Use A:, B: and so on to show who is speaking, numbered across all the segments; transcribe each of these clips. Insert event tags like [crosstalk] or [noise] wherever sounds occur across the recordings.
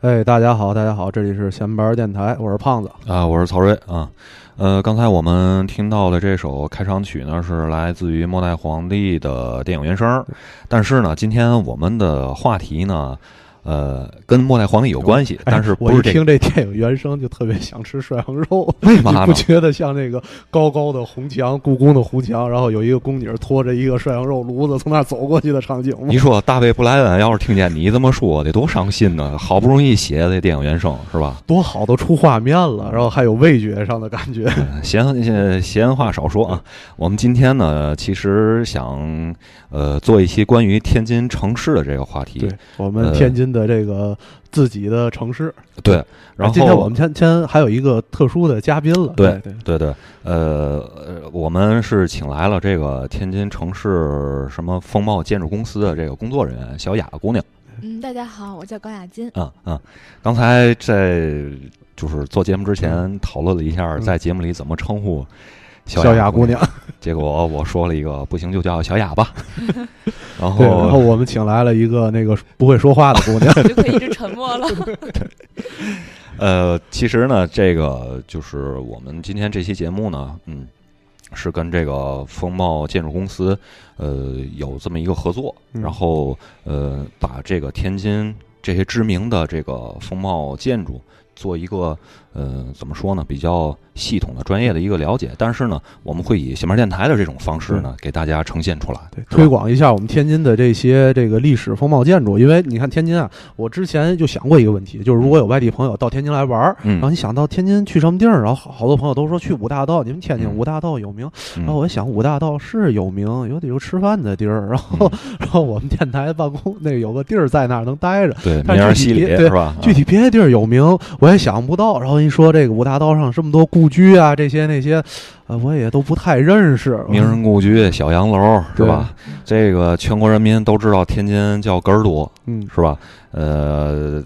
A: 哎，大家好，大家好，这里是闲白电台，我是胖子。
B: 啊，我是曹睿啊。呃，刚才我们听到的这首开场曲呢，是来自于末代皇帝的电影原声。但是呢，今天我们的话题呢，呃，跟末代皇帝有关系，但是
A: 哎我
B: 不
A: 一
B: 是这
A: 听这电影原声就特别想吃涮羊 [laughs] 肉，
B: 为
A: 你
B: 嘛
A: 不
B: 呢？
A: 觉得像那个高高的红墙，故宫的红墙，然后有一个宫女拖着一个涮羊肉炉子从那儿走过去的场景吗
B: 你？说大卫布莱恩要是听见你这么说，得多伤心呢！好不容易写的电影原声是吧？
A: [laughs] 多好，都出画面了，然后还有味觉上的感觉。
B: 闲闲闲话少说啊，我们今天呢，其实想呃做一期关于天津城市的这个话题。
A: 对我们天津的这个自己的城市，
B: 对然后
A: 哎今天我们天天还有一个特殊的嘉宾了，
B: 对
A: 对，
B: 对对，呃，呃我们是请来了这个天津城市什么风貌建筑公司的这个工作人员小雅姑娘
C: 嗯，大家好，我叫高雅金。
B: 啊啊、刚才在就是做节目之前讨论了一下，
A: 嗯
B: 在节目里怎么称呼
A: 小
B: 雅
A: 姑
B: 娘，
A: 娘。
B: 结果我说了一个不行就叫小雅
A: [laughs]
B: 吧，然
A: 对，然后
B: 后
A: 我们请来了一个那个不会说话的姑娘，
C: 我就可以一直沉默
B: [laughs]
C: 了。
B: 呃，其实呢，这个就是我们今天这期节目呢，嗯。是跟这个风貌建筑公司，呃，有这么一个合作，
A: 嗯
B: 然后呃，把这个天津这些知名的这个风貌建筑做一个呃，怎么说呢，比较系统的、专业的一个了解。但是呢，我们会以小面电台的这种方式呢，给大家呈现出来，
A: 嗯对，
B: 是吧
A: 推广一下我们天津的这些这个历史风貌建筑。因为你看天津啊，我之前就想过一个问题，就是如果有外地朋友到天津来玩儿，
B: 嗯
A: 然后，你想到天津去什么地儿，然后好好多朋友都说去五大道，你们天津
B: 嗯
A: 五大道有名。
B: 嗯
A: 然啊后我一想五大道是有名，有得有吃饭的地
B: 嗯
A: 儿，然后、然后我们电台办公那有个地儿在那儿能待着。
B: 对，
A: 但
B: 梅尔
A: 具
B: 西
A: 体
B: 里
A: 对
B: 是吧？
A: 具体别的地儿有名，我也想不到。然后一说这个五大道上这么多故居啊，这些那些，呃，我也都不太认识。
B: 名人故居、小洋楼是
A: 对
B: 吧？这个全国人民都知道天津叫哏儿多
A: 嗯，
B: 是吧？呃，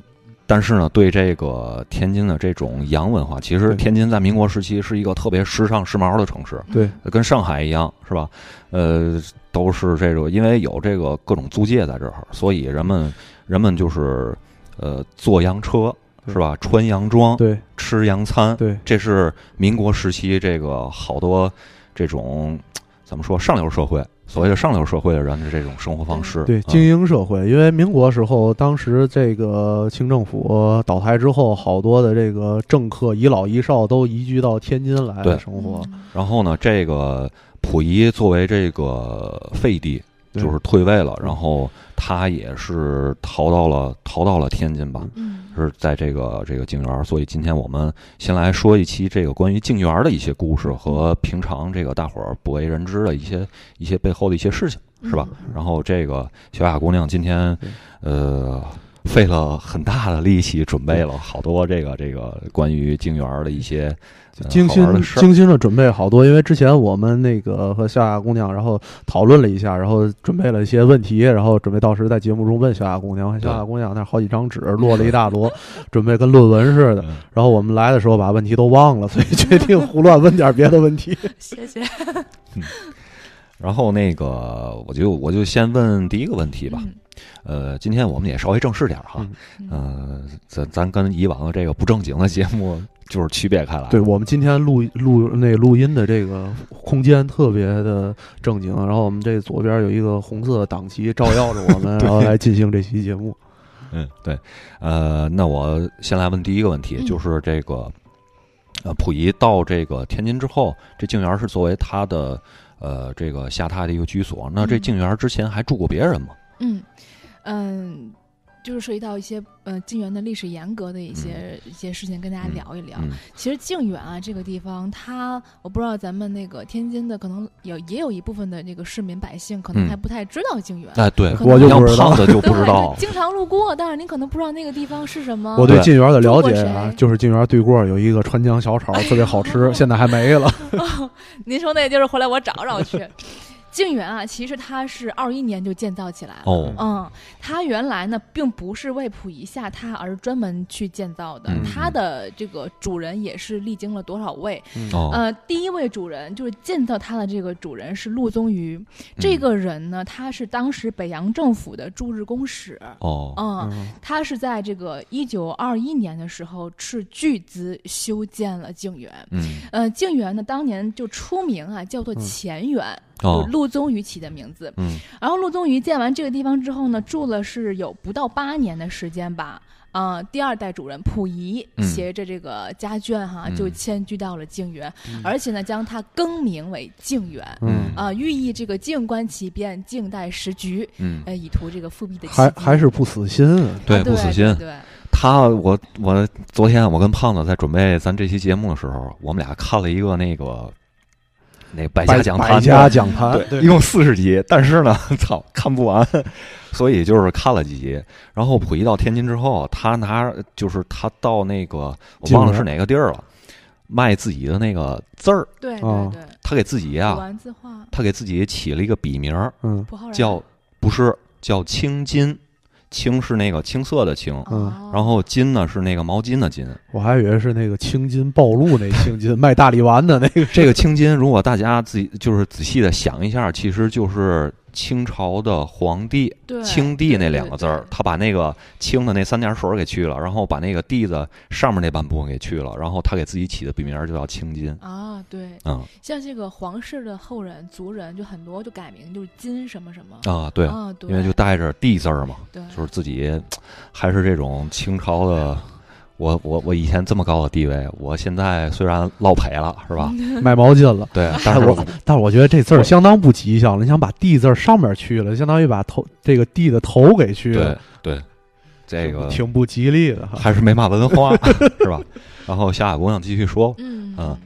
B: 但是呢，对这个天津的这种洋文化，其实
A: 对
B: 天津在民国时期是一个特别时尚时髦的城市，
A: 对，
B: 跟上海一样是吧？呃，都是这个，因为有这个各种租界在这儿，所以人们人们就是呃坐洋车
A: 对
B: 是吧？穿洋装，
A: 对
B: 吃洋餐，
A: 对，
B: 这是民国时期这个好多这种怎么说上流社会，所谓的上流社会的人的这种生活方式。
A: 对
B: 嗯
A: 精英社会，因为民国时候，当时这个清政府倒台之后，好多的这个政客遗老遗少都移居到天津来
B: 对
C: 嗯
A: 生活。
B: 然后呢，这个溥仪作为这个废帝，
A: 对
B: 就是退位了，然后他也是逃到了逃到了天津吧。
C: 嗯，
B: 是在这个这个静园儿，所以今天我们先来说一期这个关于静园儿的一些故事和平常这个大伙儿不为人知的一些一些背后的一些事情。
C: 嗯
B: 是吧？然后这个小雅姑娘今天，呃，费了很大的力气准备了好多这个这个关于静园儿的一些呃
A: 精
B: 好
A: 心
B: 玩的事儿。
A: 精心的准备好多，因为之前我们那个和夏夏姑娘，然后讨论了一下，然后准备了一些问题，然后准备到时在节目中问夏夏姑娘。
B: 对
A: 夏夏姑娘那儿好几张纸摞了一大摞， [laughs] 准备跟论文似的。
B: 嗯
A: 然后我们来的时候把问题都忘了，所以 [laughs] 决定胡乱问点别的问
B: [laughs]
A: 题。
C: 谢谢。
B: 然后那个，我就我就先问第一个问题吧。
C: 嗯
B: 呃，今天我们也稍微正式点儿哈。
C: 嗯
B: 呃，咱咱跟以往的这个不正经的节目就是区别开来。
A: 对我们今天录录那录音的这个空间特别的正经，然后我们这左边有一个红色的党旗照耀着我
B: [laughs]
A: 们，然后来进行这期节目。
B: 嗯，对，呃，那我先来问第一个问题，
C: 嗯
B: 就是这个，呃，溥仪到这个天津之后，这静园儿是作为他的呃这个下榻的一个居所。那这
C: 嗯
B: 静园儿之前还住过别人吗？
C: 嗯嗯，就是涉及到一些呃晋园的历史沿革的一些一些事情，跟大家聊一聊。
B: 嗯，
C: 其实靖远啊这个地方，它我不知道咱们那个天津的可能有也有一部分的这个市民百姓可能
B: 嗯
C: 还不太知道靖远。
B: 哎，对，
C: 我就
B: 像
A: 不知道
B: 胖
C: [laughs]
B: 子就
C: 对，
B: 不知道
C: 经常路过，但是您可能不知道那个地方是什么。
A: 我对
B: 对
A: 晋园的了解
C: 中国
A: 啊
C: 谁，
A: 就是晋园对哦过有一个川江 [laughs] 小炒，特别好吃，现在还没了。
C: [laughs] 您说那地儿，回来我找找去。靖园啊，其实它是二一年就建造起来了。
B: 哦，
C: 嗯，它原来呢，并不是为溥仪下榻而专门去建造的
B: 嗯，
C: 它的这个主人也是历经了多少位。
B: 哦，
C: 呃，第一位主人就是建造它的这个主人是陆宗舆，
B: 嗯
C: 这个人呢，他是当时北洋政府的驻日公使。
B: 哦，
C: 嗯，
A: 嗯
C: 他是在这个一九二一年的时候斥巨资修建了靖园。
B: 嗯，
C: 呃，靖园呢，当年就出名啊，叫做
A: 嗯
C: 乾园，就
B: 哦
C: 是，陆宗舆起的名字。
B: 嗯，
C: 然后陆宗舆建完这个地方之后呢，住了是有不到八年的时间吧。啊、第二代主人溥仪
B: 嗯
C: 携着这个家眷哈，
B: 嗯
C: 就迁居到了靖园，而且呢，将它更名为靖园。
A: 嗯，
C: 啊、寓意这个静观其变，静待时局，
B: 嗯，
C: 呃，以图这个复辟的
A: 还
C: 契机
A: 还是不死心啊，
B: 对，
C: 啊
B: 不
C: 对
B: 死心。
C: 对对
B: 他，我我昨天我跟胖子在准备咱这期节目的时候，我们俩看了一个那个那个百家讲
A: 百
B: 坛
A: 家
B: 的，
A: 讲坛，
B: 啊对，一共四十集，但是呢， [laughs] 操，看不完， [laughs] 所以就是看了几集。然后溥仪到天津之后，他拿就是他到那个我忘了是哪个地儿了，卖自己的那个字儿，
C: 对
A: 啊
C: 对对，
B: 他给自己呀、
C: 古玩字画，
B: 他给自己起了一个笔名儿，
A: 嗯
C: 蒲浩然
B: 叫不是叫青金，青是那个青色的青，
A: 嗯
C: 哦
B: 然后金呢是那个毛巾的巾。
A: 我还以为是那个青金暴露那青金卖大力丸的那 [laughs] 个，
B: 这个青金，如果大家自己就是仔细的想一下，其实就是清朝的皇帝
C: 对
B: “清帝”那两个字
C: 对
B: 儿
C: 对，
B: 他把那个“清”的那三点水儿给去了，然后把那个“帝”的上面那半部分给去了，然后他给自己起的笔名儿就叫青金。
C: 啊，对，
B: 嗯
C: 像这个皇室的后人族人，就很多就改名就是金什么什么
B: 啊，对，
C: 啊，对，
B: 因为就带着“帝”字儿嘛，
C: 对
B: 就是自己还是这种清朝的。我我我以前这么高的地位，我现在虽然落赔了，是吧？
C: 嗯
A: 卖毛巾了。
C: [laughs]
B: 对，但
A: 但
B: 是
A: 我但我觉得这字儿相当不吉祥了。你想把“地”字儿上面去了，相当于把头这个“地”的头给去
B: 对
A: 了，
B: 对，这个
A: 挺不吉利的哈。
B: 还是没嘛文化，
C: [laughs]
B: 是吧？然后夏夏姑娘继续说，
C: 嗯
B: 啊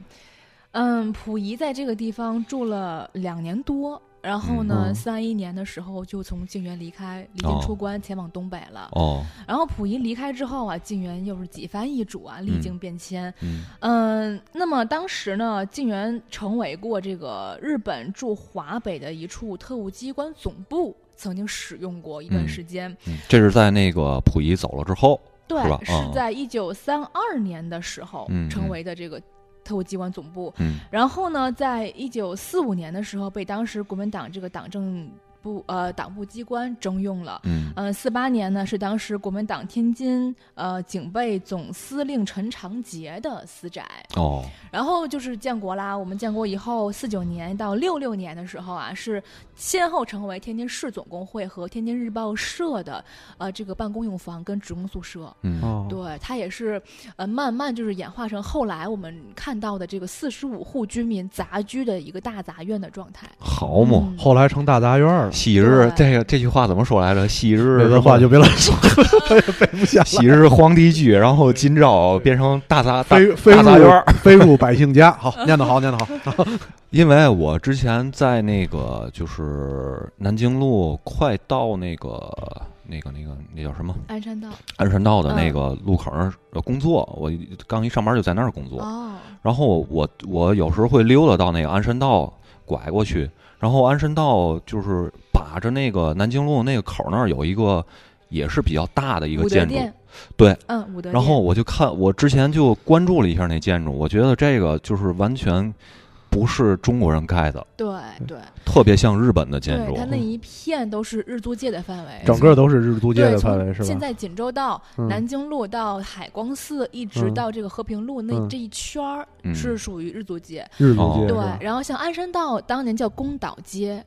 C: 嗯，溥仪在这个地方住了两年多。然后
A: 嗯
C: 呢，
A: 嗯
C: 三一年的时候就从靖园离开，离
B: 哦
C: 京出关，前往东北了。
B: 哦，
C: 然后溥仪离开之后啊，靖园又是几番易主啊，历经变迁。
B: 嗯
C: 嗯、那么当时呢，靖园成为过这个日本驻华北的一处特务机关总部，曾经使用过一段
B: 嗯
C: 时间。
B: 嗯，这是在那个溥仪走了之后，
C: 对
B: 是吧，
C: 是
B: 嗯
C: 在一九三二年的时候
B: 嗯
C: 成
B: 嗯
C: 为的这个特务机关总部。
B: 嗯
C: 然后呢，在一九四五年的时候，被当时国民党这个党政部呃党部机关征用了。
B: 嗯
C: 嗯，四八年呢是当时国民党天津呃警备总司令陈长捷的私宅，
B: 哦，
C: 然后就是建国啦。我们建国以后，四九年到六六年的时候啊，是先后成为天津市总工会和天津日报社的呃这个办公用房跟职工宿舍。
B: 嗯
A: 哦，
C: 对，它也是呃慢慢就是演化成后来我们看到的这个四十五户居民杂居的一个大杂院的状态。
B: 好嘛，
C: 嗯
A: 后来成大杂院了，
B: 昔日
C: 对
B: 这个这句话怎么说来着？昔日
A: 这个
B: [laughs]
A: 话就别乱说，我也背不下
B: 昔日皇帝居，然后今朝变成大杂大
A: 飞飞
B: 大杂院
A: 入
B: 儿。
A: 飞入百姓家，好念得好，念得好。
B: [laughs]
C: 哎
B: 因为我之前在那个就是南京路快到那个那个那个那叫什么
C: 鞍山道
B: 鞍山道的
C: 嗯
B: 那个路口儿呃工作，我刚一上班就在那儿工作。
C: 哦，
B: 然后我我我有时候会溜达到那个鞍山道拐过去，然后鞍山道就是把着那个南京路那个口那儿有一个也是比较大的一个
C: 武德
B: 建筑，
C: 殿，
B: 对，
C: 嗯，武德殿，
B: 然后我就看我之前就关注了一下那建筑，我觉得这个就是完全不是中国人盖的，
C: 对对
B: 特别像日本的建
C: 对，
B: 筑
C: 它，那一片都是日租界的范围，
A: 整个都是日租界
C: 对
A: 的
C: 从
A: 范围是
C: 现
A: 吧？
C: 在锦州到
A: 嗯
C: 南京路到海光寺，一直
A: 嗯
C: 到这个和平路那
A: 嗯
C: 这一圈儿
B: 嗯
C: 是属于日租界。
A: 日租界
B: 哦
A: 是
C: 对
A: 吧，
C: 然后像鞍山道当年叫宫岛街，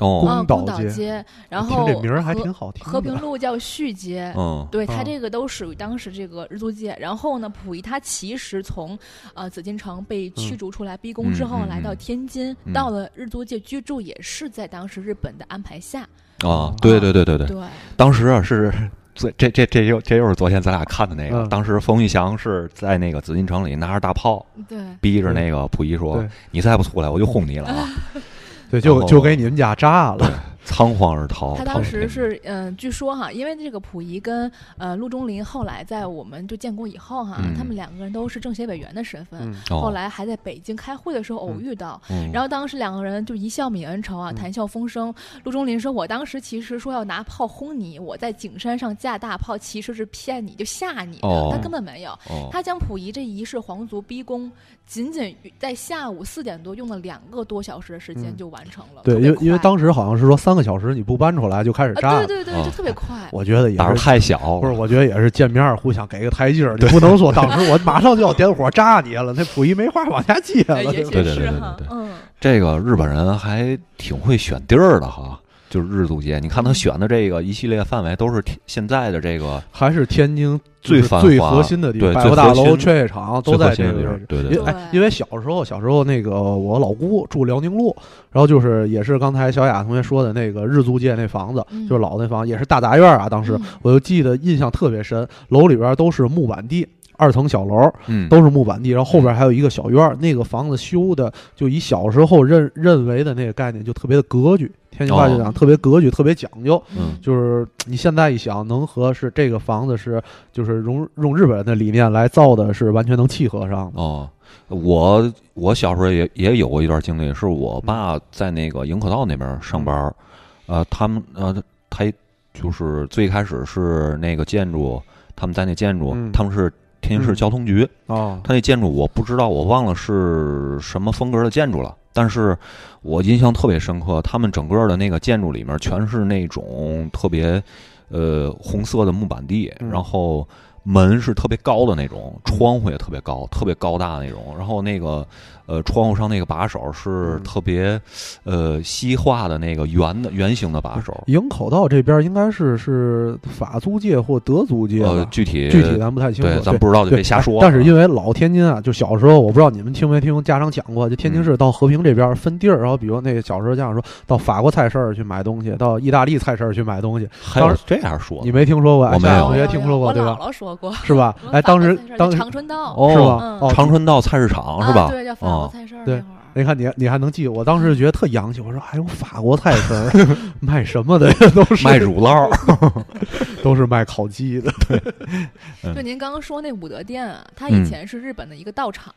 B: 哦，
C: 啊，
A: 宫岛
C: 宫岛
A: 街
C: 街，然
A: 听
C: 后
A: 这名儿还
C: 和
A: 挺好听的。
C: 和平路叫续街。
B: 嗯，
C: 对它
A: 啊
C: 这个都属于当时这个日租界，然后呢，溥仪他其实从呃紫禁城被
A: 嗯
C: 驱逐出来逼宫之
B: 嗯
C: 后，
B: 嗯
C: 来到天津，
B: 嗯
C: 到了日租界居住，也是在当时日本的安排下。
B: 啊，对对对对对，
C: 对，
B: 当时啊是。最这这这又这又是昨天咱俩看的那个，
A: 嗯
B: 当时冯玉祥是在那个紫禁城里拿着大炮，
C: 对，
B: 逼着那个溥仪说
A: 对：“
B: 你再不出来，我就轰你了啊
A: 对，就
B: 然后
A: 就给你们家炸了。
B: 仓皇而
A: 哦
B: 逃。逃
C: 他当
B: 到
C: 时
B: 天津
C: 是，嗯、据说哈，因为这个溥仪跟呃陆中林后来在我们就建国以后哈，
B: 嗯
C: 他们两个人都是政协委员的身份，
A: 嗯，
B: 哦
C: 后来还在北京开会的时候偶遇到，
B: 嗯
C: 然后当时两个人就一笑泯恩仇啊，
A: 嗯
C: 谈笑风生。陆中林说：“我当时其实说要拿炮轰你，我在景山上架大炮，其实是骗你，就吓你的。
B: 哦
C: 他根本没有。
B: 哦
C: 他将溥仪这一世皇族逼宫，仅仅在下午四点多用了两个多小时的时间
A: 嗯
C: 就完成了。
A: 对，
C: 特别
A: 因为因为
C: 快
A: 当时好像是说三个小时你不搬出来就开始炸
C: 啊，
A: 了哦
C: 对，对对，
B: 啊
C: 就特别快。
A: 我觉得也
B: 胆儿
A: 是。
B: 太小，
A: 不是，我觉得也是见面儿互相给个台阶儿，你不能说当时我马上就要点火炸你了，
B: [laughs]
A: 那溥仪没话往下接 [laughs]
C: 哎
A: 了，
C: 也
A: 对吧
B: 对对对
C: 确实
B: 对
C: 哈
B: 对，
C: 嗯，
B: 这个日本人还挺会选地儿的哈，就是日租界，你看
C: 嗯
B: 他选的这个一系列范围都是天现在的这个
A: 还是天津
B: 最
A: 就是
B: 繁
A: 最
B: 华
A: 核心的地
B: 对
A: 方，百
B: 最
A: 货大
B: 核心
A: 楼、雀业场都
B: 最核
A: 在
B: 心
A: 这个
B: 的地
A: 地
B: 儿
A: 儿。。
B: 对对
A: 因
B: 对
A: 为，哎，因为小时候，小时候那个我老姑住辽宁路，然后就是也是刚才小雅同学说的那个日租界那房子，
C: 嗯
A: 就是老那房，也是大杂院啊。当时
C: 嗯
A: 我就记得印象特别深，楼里边都是木板地，二层小楼
B: 嗯，
A: 都是木板地，然后后边还有一个小院儿。那个房子修的就以小时候认认为的那个概念，就特别的格局。天津话就
C: 哦
A: 讲特别格局，特别讲究。
B: 嗯
A: 就是你现在一想，能和是这个房子是就是用用日本人的理念来造的，是完全能契合上的。
B: 哦，我我小时候也也有过一段经历，是我
A: 嗯
B: 爸在那个营口道那边上班儿，呃，他们呃，他就是最开始是那个建筑，他们在那建筑，
A: 嗯
B: 他们是天津市
A: 嗯
B: 交通局，
A: 哦，
B: 他那建筑我不知道，我忘了是什么风格的建筑了，但是我印象特别深刻，他们整个的那个建筑里面全是那种特别呃红色的木板地，
A: 嗯
B: 然后门是特别高的那种，窗户也特别高，特别高大那种，然后那个呃窗户上那个把手是
A: 嗯
B: 特别呃西化的那个圆的圆形的把手，
A: 营口道这边应该是是法租界或德租界吧，
B: 呃具体
A: 具体咱不太清楚，
B: 对
A: 对，
B: 咱不知道就
A: 对
B: 别瞎
A: 哎
B: 说了啊，
A: 但是因为老天津啊，就小时候我不知道你们听没听家长讲过，就天
B: 嗯
A: 津市到和平这边分地儿，然后比如那个小时候家长说到法国菜市儿去买东西，到意大利菜市儿去买东西，
B: 还有
A: 当
B: 这样说的，
A: 你没听说过？哎
B: 我没
A: 小
B: 有
A: 同学听说过
C: 我
A: 对
C: 姥
A: 吧？
C: 姥说过，
A: 是吧
C: 我？
A: [laughs]
C: 们
A: 哎，当时
C: 法国菜
A: 当
C: 市
A: 时
C: 在长春道
B: 哦
A: 是吧
C: 嗯？
A: 哦，
B: 长春道菜市场是
C: 啊
B: 吧？
C: 对，叫法
B: 哦
C: 国菜市儿那
A: 对哎
C: 会儿。
A: 你看你你还能记，我当时觉得特洋气，我说还有法国菜市儿
B: [laughs]
A: 卖什么的呀？都是
B: 卖乳
C: [laughs]
B: 酪，
A: 都是卖烤鸡的。
B: 嗯
C: 就您刚刚说那武德殿啊，它
A: 嗯
C: 以前是日本的一个道场，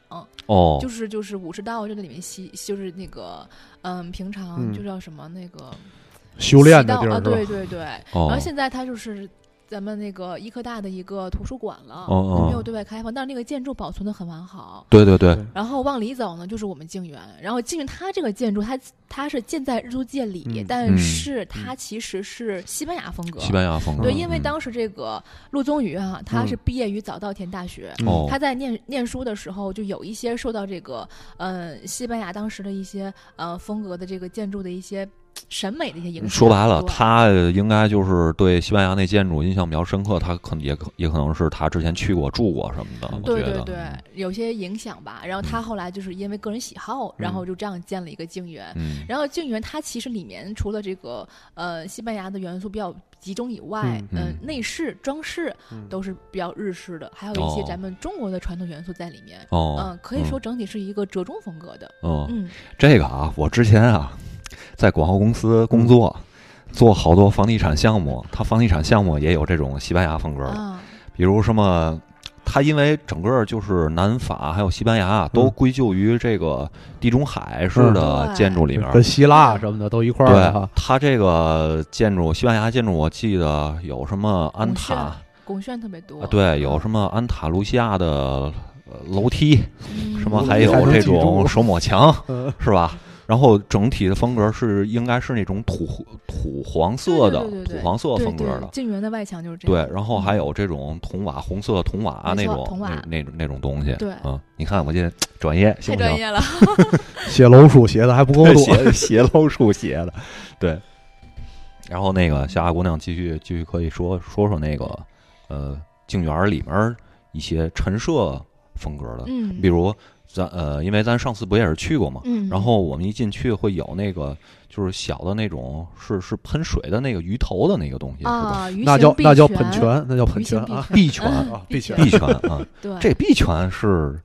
B: 哦，
C: 就是就是武士道就在里面习，就是那个嗯，平常
A: 嗯
C: 就叫什么那个
A: 修炼的地
C: 习道
A: 儿是
C: 啊，
A: 吧
C: 对？对
A: [laughs]
C: 对。
B: 哦，
C: 然后现在它就是咱们那个医科大的一个图书馆了，
B: 哦哦
C: 没有对外开放，但是那个建筑保存的很完好。
B: 对哦对对，
C: 然后往里走呢，就是我们静园。然后静园它这个建筑，它它是建在日租界里，
A: 嗯
C: 但是它其实是西班牙风格。
B: 嗯西班牙风格。
C: 对，
B: 嗯
C: 因为当时这个陆宗舆啊，他是毕业于早稻田大学，
B: 嗯哦，
C: 他在念念书的时候，就有一些受到这个呃西班牙当时的一些呃风格的这个建筑的一些审美的一些影响。
B: 说白了，
C: 对
B: 他应该就是对西班牙那建筑印象比较深刻，他可能也可也可能是他之前去过、住过什么的。我
C: 对
B: 觉
C: 对
B: 得嗯
C: 对，有些影响吧。然后他后来就是因为个人喜好，然后就这样建了一个静园。
B: 嗯，
C: 然后静园它其实里面除了这个呃西班牙的元素比较集中以外，
A: 嗯
C: 嗯、
B: 嗯
C: 内饰装饰
A: 嗯
C: 都是比较日式的，还有一些
B: 哦
C: 咱们中国的传统元素在里面。
B: 哦，
C: 嗯，可以说整体是一个折中风格的。
B: 嗯，嗯，
C: 嗯，
B: 这个啊，我之前啊，在广告公司工作，
C: 嗯
B: 做好多房地产项目，他房地产项目也有这种西班牙风格的，
C: 啊，
B: 比如什么。它因为整个就是南法还有西班牙啊都
A: 嗯
B: 归咎于这个地中海式的
C: 嗯
B: 建筑里面，
A: 跟希腊什么的都一块儿的
B: 对
A: 哈。，
B: 它这个建筑，西班牙建筑，我记得有什么安塔
C: 孔
B: 啊，
C: 拱炫特别多。
B: 对，有什么安塔卢西亚的呃楼梯，
C: 嗯
B: 什么
A: 嗯
B: 还
A: 还
B: 有
A: 能
B: 这
A: 记住
B: 种手抹墙，
A: 嗯
B: 是吧？然后整体的风格是应该是那种土土黄色的
C: 对对对对
B: 土黄色
C: 对
B: 风格
C: 对
B: 的，
C: 静园的外墙就是这
B: 对
C: 样。，
B: 然后还有这种铜瓦红色铜瓦啊那
C: 没错
B: 种
C: 铜瓦
B: 那那种那种东西，
C: 对
B: 嗯，你看我这专业行
C: 嗯
B: 不
C: 太专
B: 行？
C: 业了。
A: 写楼鼠写的还不够多，
B: 斜 [laughs] 斜楼处斜的，对。然后那个小雅姑娘继续继续可以说说说那个呃静园儿里面儿一些陈设风格的，
C: 嗯，
B: 比如咱呃，因为咱上次不也是去过嘛，
C: 嗯，
B: 然后我们一进去会有那个就是小的那种是是喷水的那个鱼头的那个东西，是吧？
C: 啊，鱼
A: 那
C: 形
A: 叫
C: 碧
A: 那叫
C: 泉
A: 喷，泉，那叫喷
C: 鱼
A: 泉
C: 形
A: 啊
B: 碧泉
A: 啊！
C: 碧
A: 碧
C: 泉
A: 泉
B: 碧泉
C: [laughs]
B: 啊，
C: 对，
B: 这碧泉是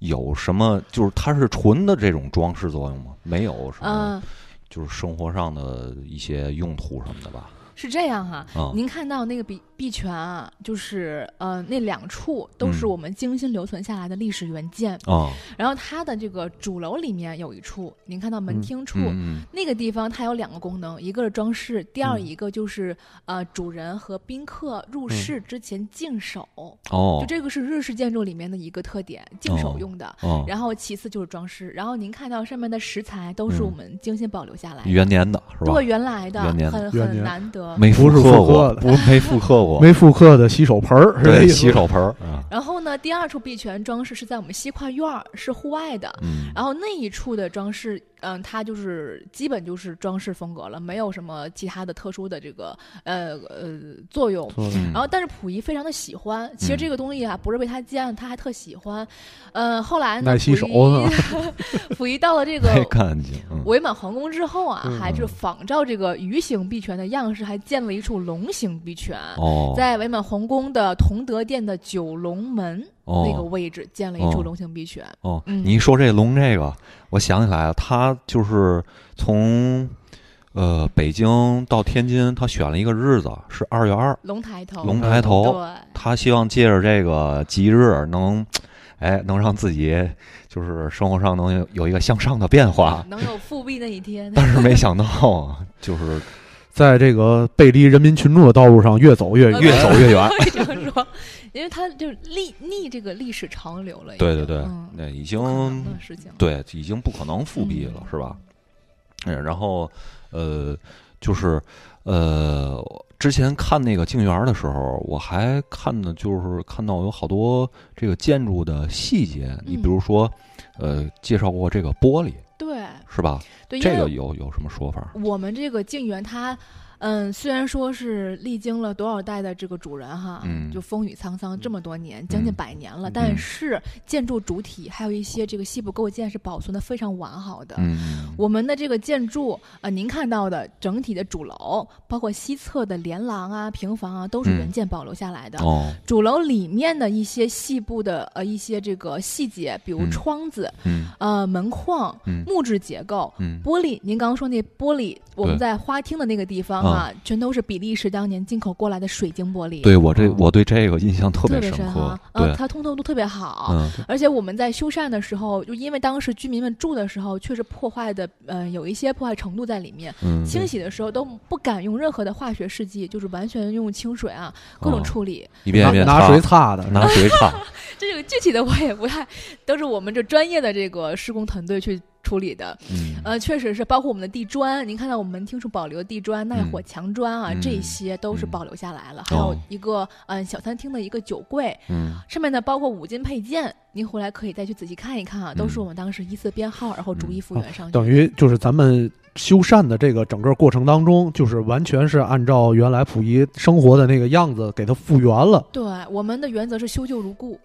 B: 有什么？就是它是纯的这种装饰作用吗？没有什么。
C: 嗯，
B: 就是生活上的一些用途什么的吧。
C: 是这样哈、
B: 啊、
C: 您看到那个碧碧泉啊，就是呃那两处都是
B: 嗯
C: 我们精心留存下来的历史原件。
B: 啊，
C: 然后它的这个主楼里面有一处，您看到门
A: 嗯
C: 厅处、
B: 嗯嗯
C: 那个地方，它有两个功能，一个是装饰，第二
A: 嗯
C: 一个就是、呃主人和宾客入室之前净手，
B: 哦
C: 就，这个是日式建筑里面的一个特点，净手
B: 哦
C: 用的。
B: 哦，
C: 然后其次就是装饰，然后您看到上面的食材都是我
B: 嗯
C: 们精心保留下来的，
B: 元年的是吧
C: 对？原来的，
B: 元年
C: 很
A: 元
C: 很
A: 年
C: 难得。
B: 没
A: 不是
B: 刻
A: 复刻
B: 过，
A: 的
B: 不没复刻过，
A: 没复刻的洗手盆儿，是这
B: 对
A: 意思
B: 洗手盆儿啊，
C: 然后呢，第二处碧泉装饰是在我们西跨院儿，是户外的。
B: 嗯，
C: 然后那一处的装饰，嗯，它就是基本就是装饰风格了，没有什么其他的特殊的这个呃呃作用。
A: 做的
B: 嗯
C: 然后，但是溥仪非常的喜欢，其
B: 嗯
C: 实这个东西啊，不是为他建，他还特喜欢。呃，后来
A: 耐
C: 呢，溥
A: 洗
C: 仪
A: 手呢
C: [laughs] 溥仪到
A: [laughs]
C: 了这个
B: 太干净，嗯
C: 伪满皇宫之后啊，
A: 嗯
C: 还是仿照这个鱼形碧泉的样式，还建了一处龙形碧泉。
B: 哦，
C: 在伪满皇宫的同德殿的九龙门
B: 哦
C: 那个位置建了一处
B: 哦
C: 龙形碧泉。
B: 哦，
C: 嗯
B: 你一说这龙这个，我想起来了，他就是从呃北京到天津，他选了一个日子是二月二，
C: 龙抬头，
B: 龙哦抬头，
C: 哦对，
B: 他希望借着这个吉日能，哎，能让自己就是生活上能有有一个向上的变化。
C: 能有复辟那一天。
B: 啊但是没想到，就是
A: 在这个背离人民群众的道路上越走越
C: 呃
A: 远。
B: 越走越
C: [laughs]
B: 远。
C: 可以这么说，因为他就是逆逆这个历史潮流了已经。
B: 对对对
C: 嗯，
B: 那、已
C: 不可能
B: 经
C: 的事情。
B: 对，已经不可能复辟了，
C: 嗯
B: 是吧？嗯，然后呃，就是呃，之前看那个静园的时候，我还看的就是看到有好多这个建筑的细节，你
C: 嗯
B: 比如说呃，介绍过这个玻璃
C: 对
B: 是吧？
C: 对，因
B: 这个
C: 为
B: 有有什么说法？
C: 我们这个静园它。嗯，虽然说是历经了多少代的这个主人哈，
B: 嗯
C: 就风雨沧桑这么多年，将近
B: 嗯
C: 百年了，
A: 嗯
C: 但是建筑主体还有一些这个细部构件是保存的非常完好的。
B: 嗯，
C: 我们的这个建筑，呃，您看到的整体的主楼，包括西侧的连廊啊、平房啊，都是
B: 嗯
C: 原件保留下来的。
B: 哦，
C: 主楼里面的一些细部的呃一些这个细节，比如
B: 嗯
C: 窗子、
B: 嗯
C: 呃门框、
B: 嗯
C: 木质结构。
B: 嗯，
C: 玻璃，您刚刚说那玻璃，我们在花厅的那个地方啊，全都是比利时当年进口过来的水晶玻璃，
B: 对我这
A: 哦
B: 我对这个印象特
C: 嗯特
B: 别
C: 别
B: 深刻
C: 深哈，，
B: 对
C: 啊，，它通透度特别好，
B: 嗯
C: 而且我们在修缮的时候，就因为当时居民们住的时候，确实破坏的，呃，有一些破坏程度在里面。
B: 嗯，
C: 清洗的时候都不敢用任何的化学试剂，就是完全用清水啊，各种
B: 哦
C: 处理。
B: 一遍一
C: 啊
B: 遍
A: 拿拿
B: 擦
A: 水擦的，
B: 拿水擦，
C: 这个具体的我也不太，都是我们这专业的这个施工团队去处理的。
B: 嗯
C: [laughs] 呃，确实是，包括我们的地砖，您看到我们门厅处保留的地砖、耐火
B: 嗯
C: 墙砖啊，
B: 嗯
C: 这些都是
B: 嗯
C: 保留下来了。还有
B: 哦
C: 一个嗯、呃小餐厅的一个酒柜，
B: 嗯
C: 上面呢包括五金配件，您回来可以再去仔细看一看啊，都是
B: 嗯哦
C: 我们当时依次编号，然后逐一复原上去。
A: 等于就是咱们修缮的这个整个过程当中，就是完全是按照原来溥仪生活的那个样子给它复原了。
C: 对，我们的原则是修旧如故，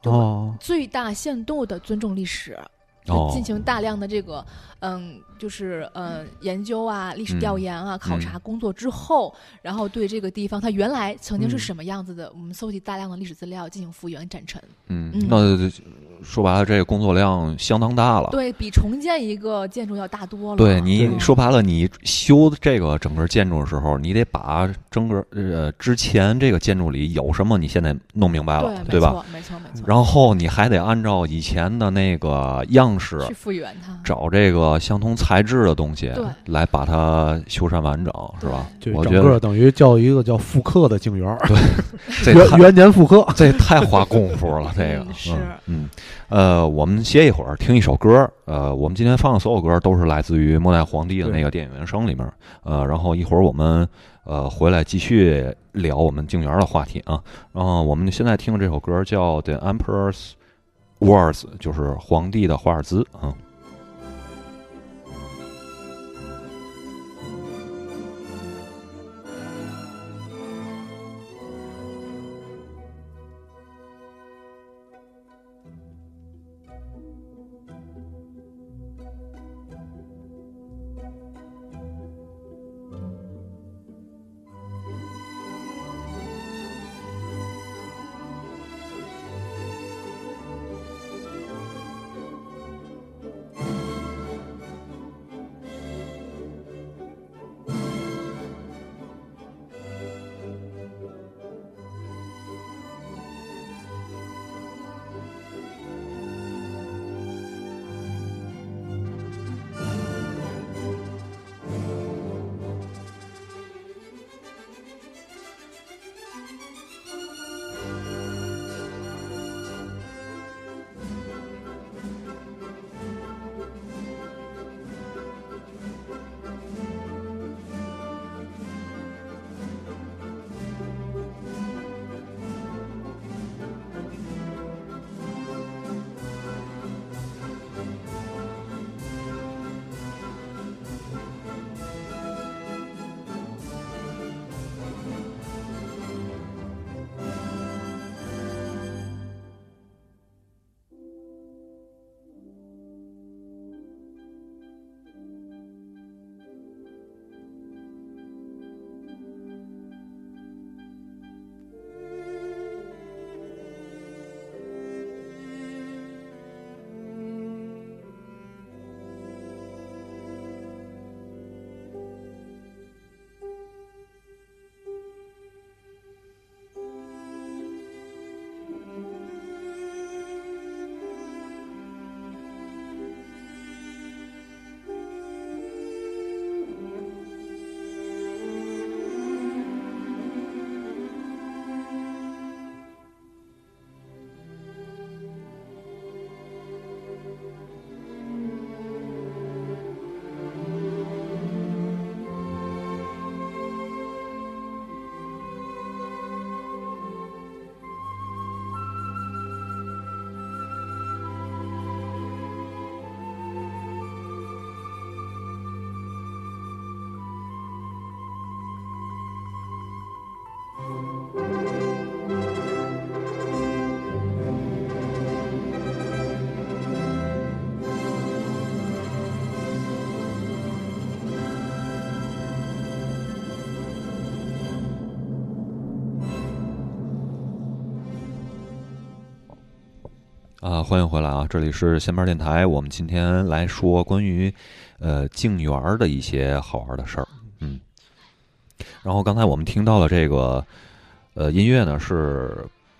C: 就
A: 哦，
C: 最大限度的尊重历史，就
B: 哦
C: 进行大量的这个嗯，就是嗯研究啊、历史
B: 嗯
C: 调研啊、考察工作之后，然后对这个地方它原来曾经是
A: 嗯
C: 什么样子的，我们搜集大量的历史资料进行复原展陈，
B: 嗯
C: 嗯，
B: 那说白了，这个工作量相当大了。
C: 对比重建一个建筑要大多了。
B: 哦对你
C: 嗯
B: 说白了，你修这个整个建筑的时候，你得把整个呃之前这个建筑里有什么，你现在弄明白了，
C: 对
B: 对吧？？
C: 没错没错没错。
B: 然后你还得按照以前的那个样式，
C: 去复原它，
B: 找这个相同材质的东西
C: 对
B: 来把它修缮完整，是
C: 对
B: 吧？
A: 就
B: 我
A: 整
B: 觉
A: 个
B: 得
A: 等于叫一个叫复刻的静园儿，[laughs]
B: 这
A: 元
B: 太
A: 元年复刻。
B: 这太花功夫了，这个
C: 嗯是
B: 嗯嗯呃，我们歇一会儿，听一首歌。呃，我们今天放的所有歌都是来自于《末代皇帝》的那个电影原声里面。呃，然后一会儿我们呃回来继续聊我们静园的话题啊。然后我们现在听的这首歌叫《The Emperor's Words》，就是皇帝的华尔兹啊。欢迎回来啊！这里是闲班电台，我们今天来说关于呃静园儿的一些好玩的事儿。嗯，然后刚才我们听到了这个呃音乐呢，是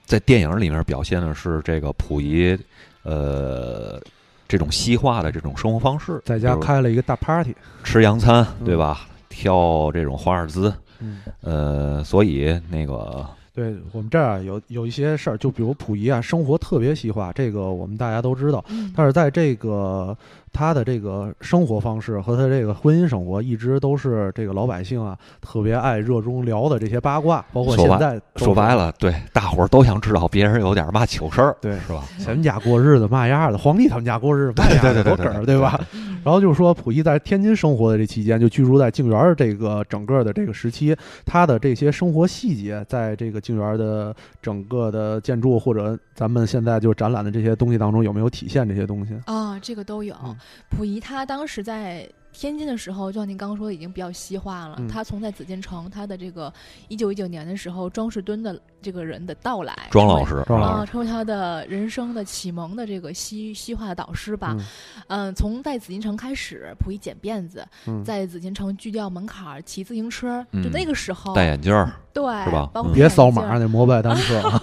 B: 在电影里面表现的是这个溥仪呃这种西化的这种生活方式，
A: 在家
B: 比如
A: 开了一个大 party，
B: 吃洋餐，
A: 嗯
B: 对吧？跳这种华尔兹，
A: 嗯，
B: 呃，所以那个
A: 对我们这儿啊有有一些事儿，就比如溥仪啊，生活特别西化，这个我们大家都知道。
C: 嗯
A: 但是在这个他的这个生活方式和他这个婚姻生活，一直都是这个老百姓啊特别爱热衷聊的这些八卦，包括
B: 说
A: 现
B: 白
A: 在
B: 说白
A: 了，
B: 了，对大伙儿都想知道别人有点嘛糗事儿，
A: 对
B: 是吧？
A: 咱们家过日子嘛样儿的，皇帝他们家过日子嘛样儿的，多梗儿对吧？？
C: 嗯
A: 然后就是说，溥仪在天津生活的这期间，就居住在静园儿这个整个的这个时期，他的这些生活细节，在这个静园儿的整个的建筑或者咱们现在就展览的这些东西当中，有没有体现这些东西？
C: 啊，这个都有
A: 嗯。
C: 溥仪他当时在天津的时候，就像您刚刚说，的，已经比较西化了
A: 嗯。
C: 他从在紫禁城，他的这个一九一九年的时候，庄士敦的这个人的到来，
B: 庄
C: 成为
B: 老师，
A: 庄老
C: 啊，成为他的人生的启蒙的这个西西化的导师吧。嗯，从在紫禁城开始，溥仪剪辫子，
A: 嗯，嗯，
C: 在紫禁城锯掉门槛儿，骑自行车，就
B: 嗯
C: 那个时候，
B: 戴眼镜儿，
C: 对，
B: 是吧
C: 包
B: 嗯
C: 括
A: 别
C: 戴
A: 扫
C: 眼镜
A: 码
C: 儿。
A: 那摩拜单车啊，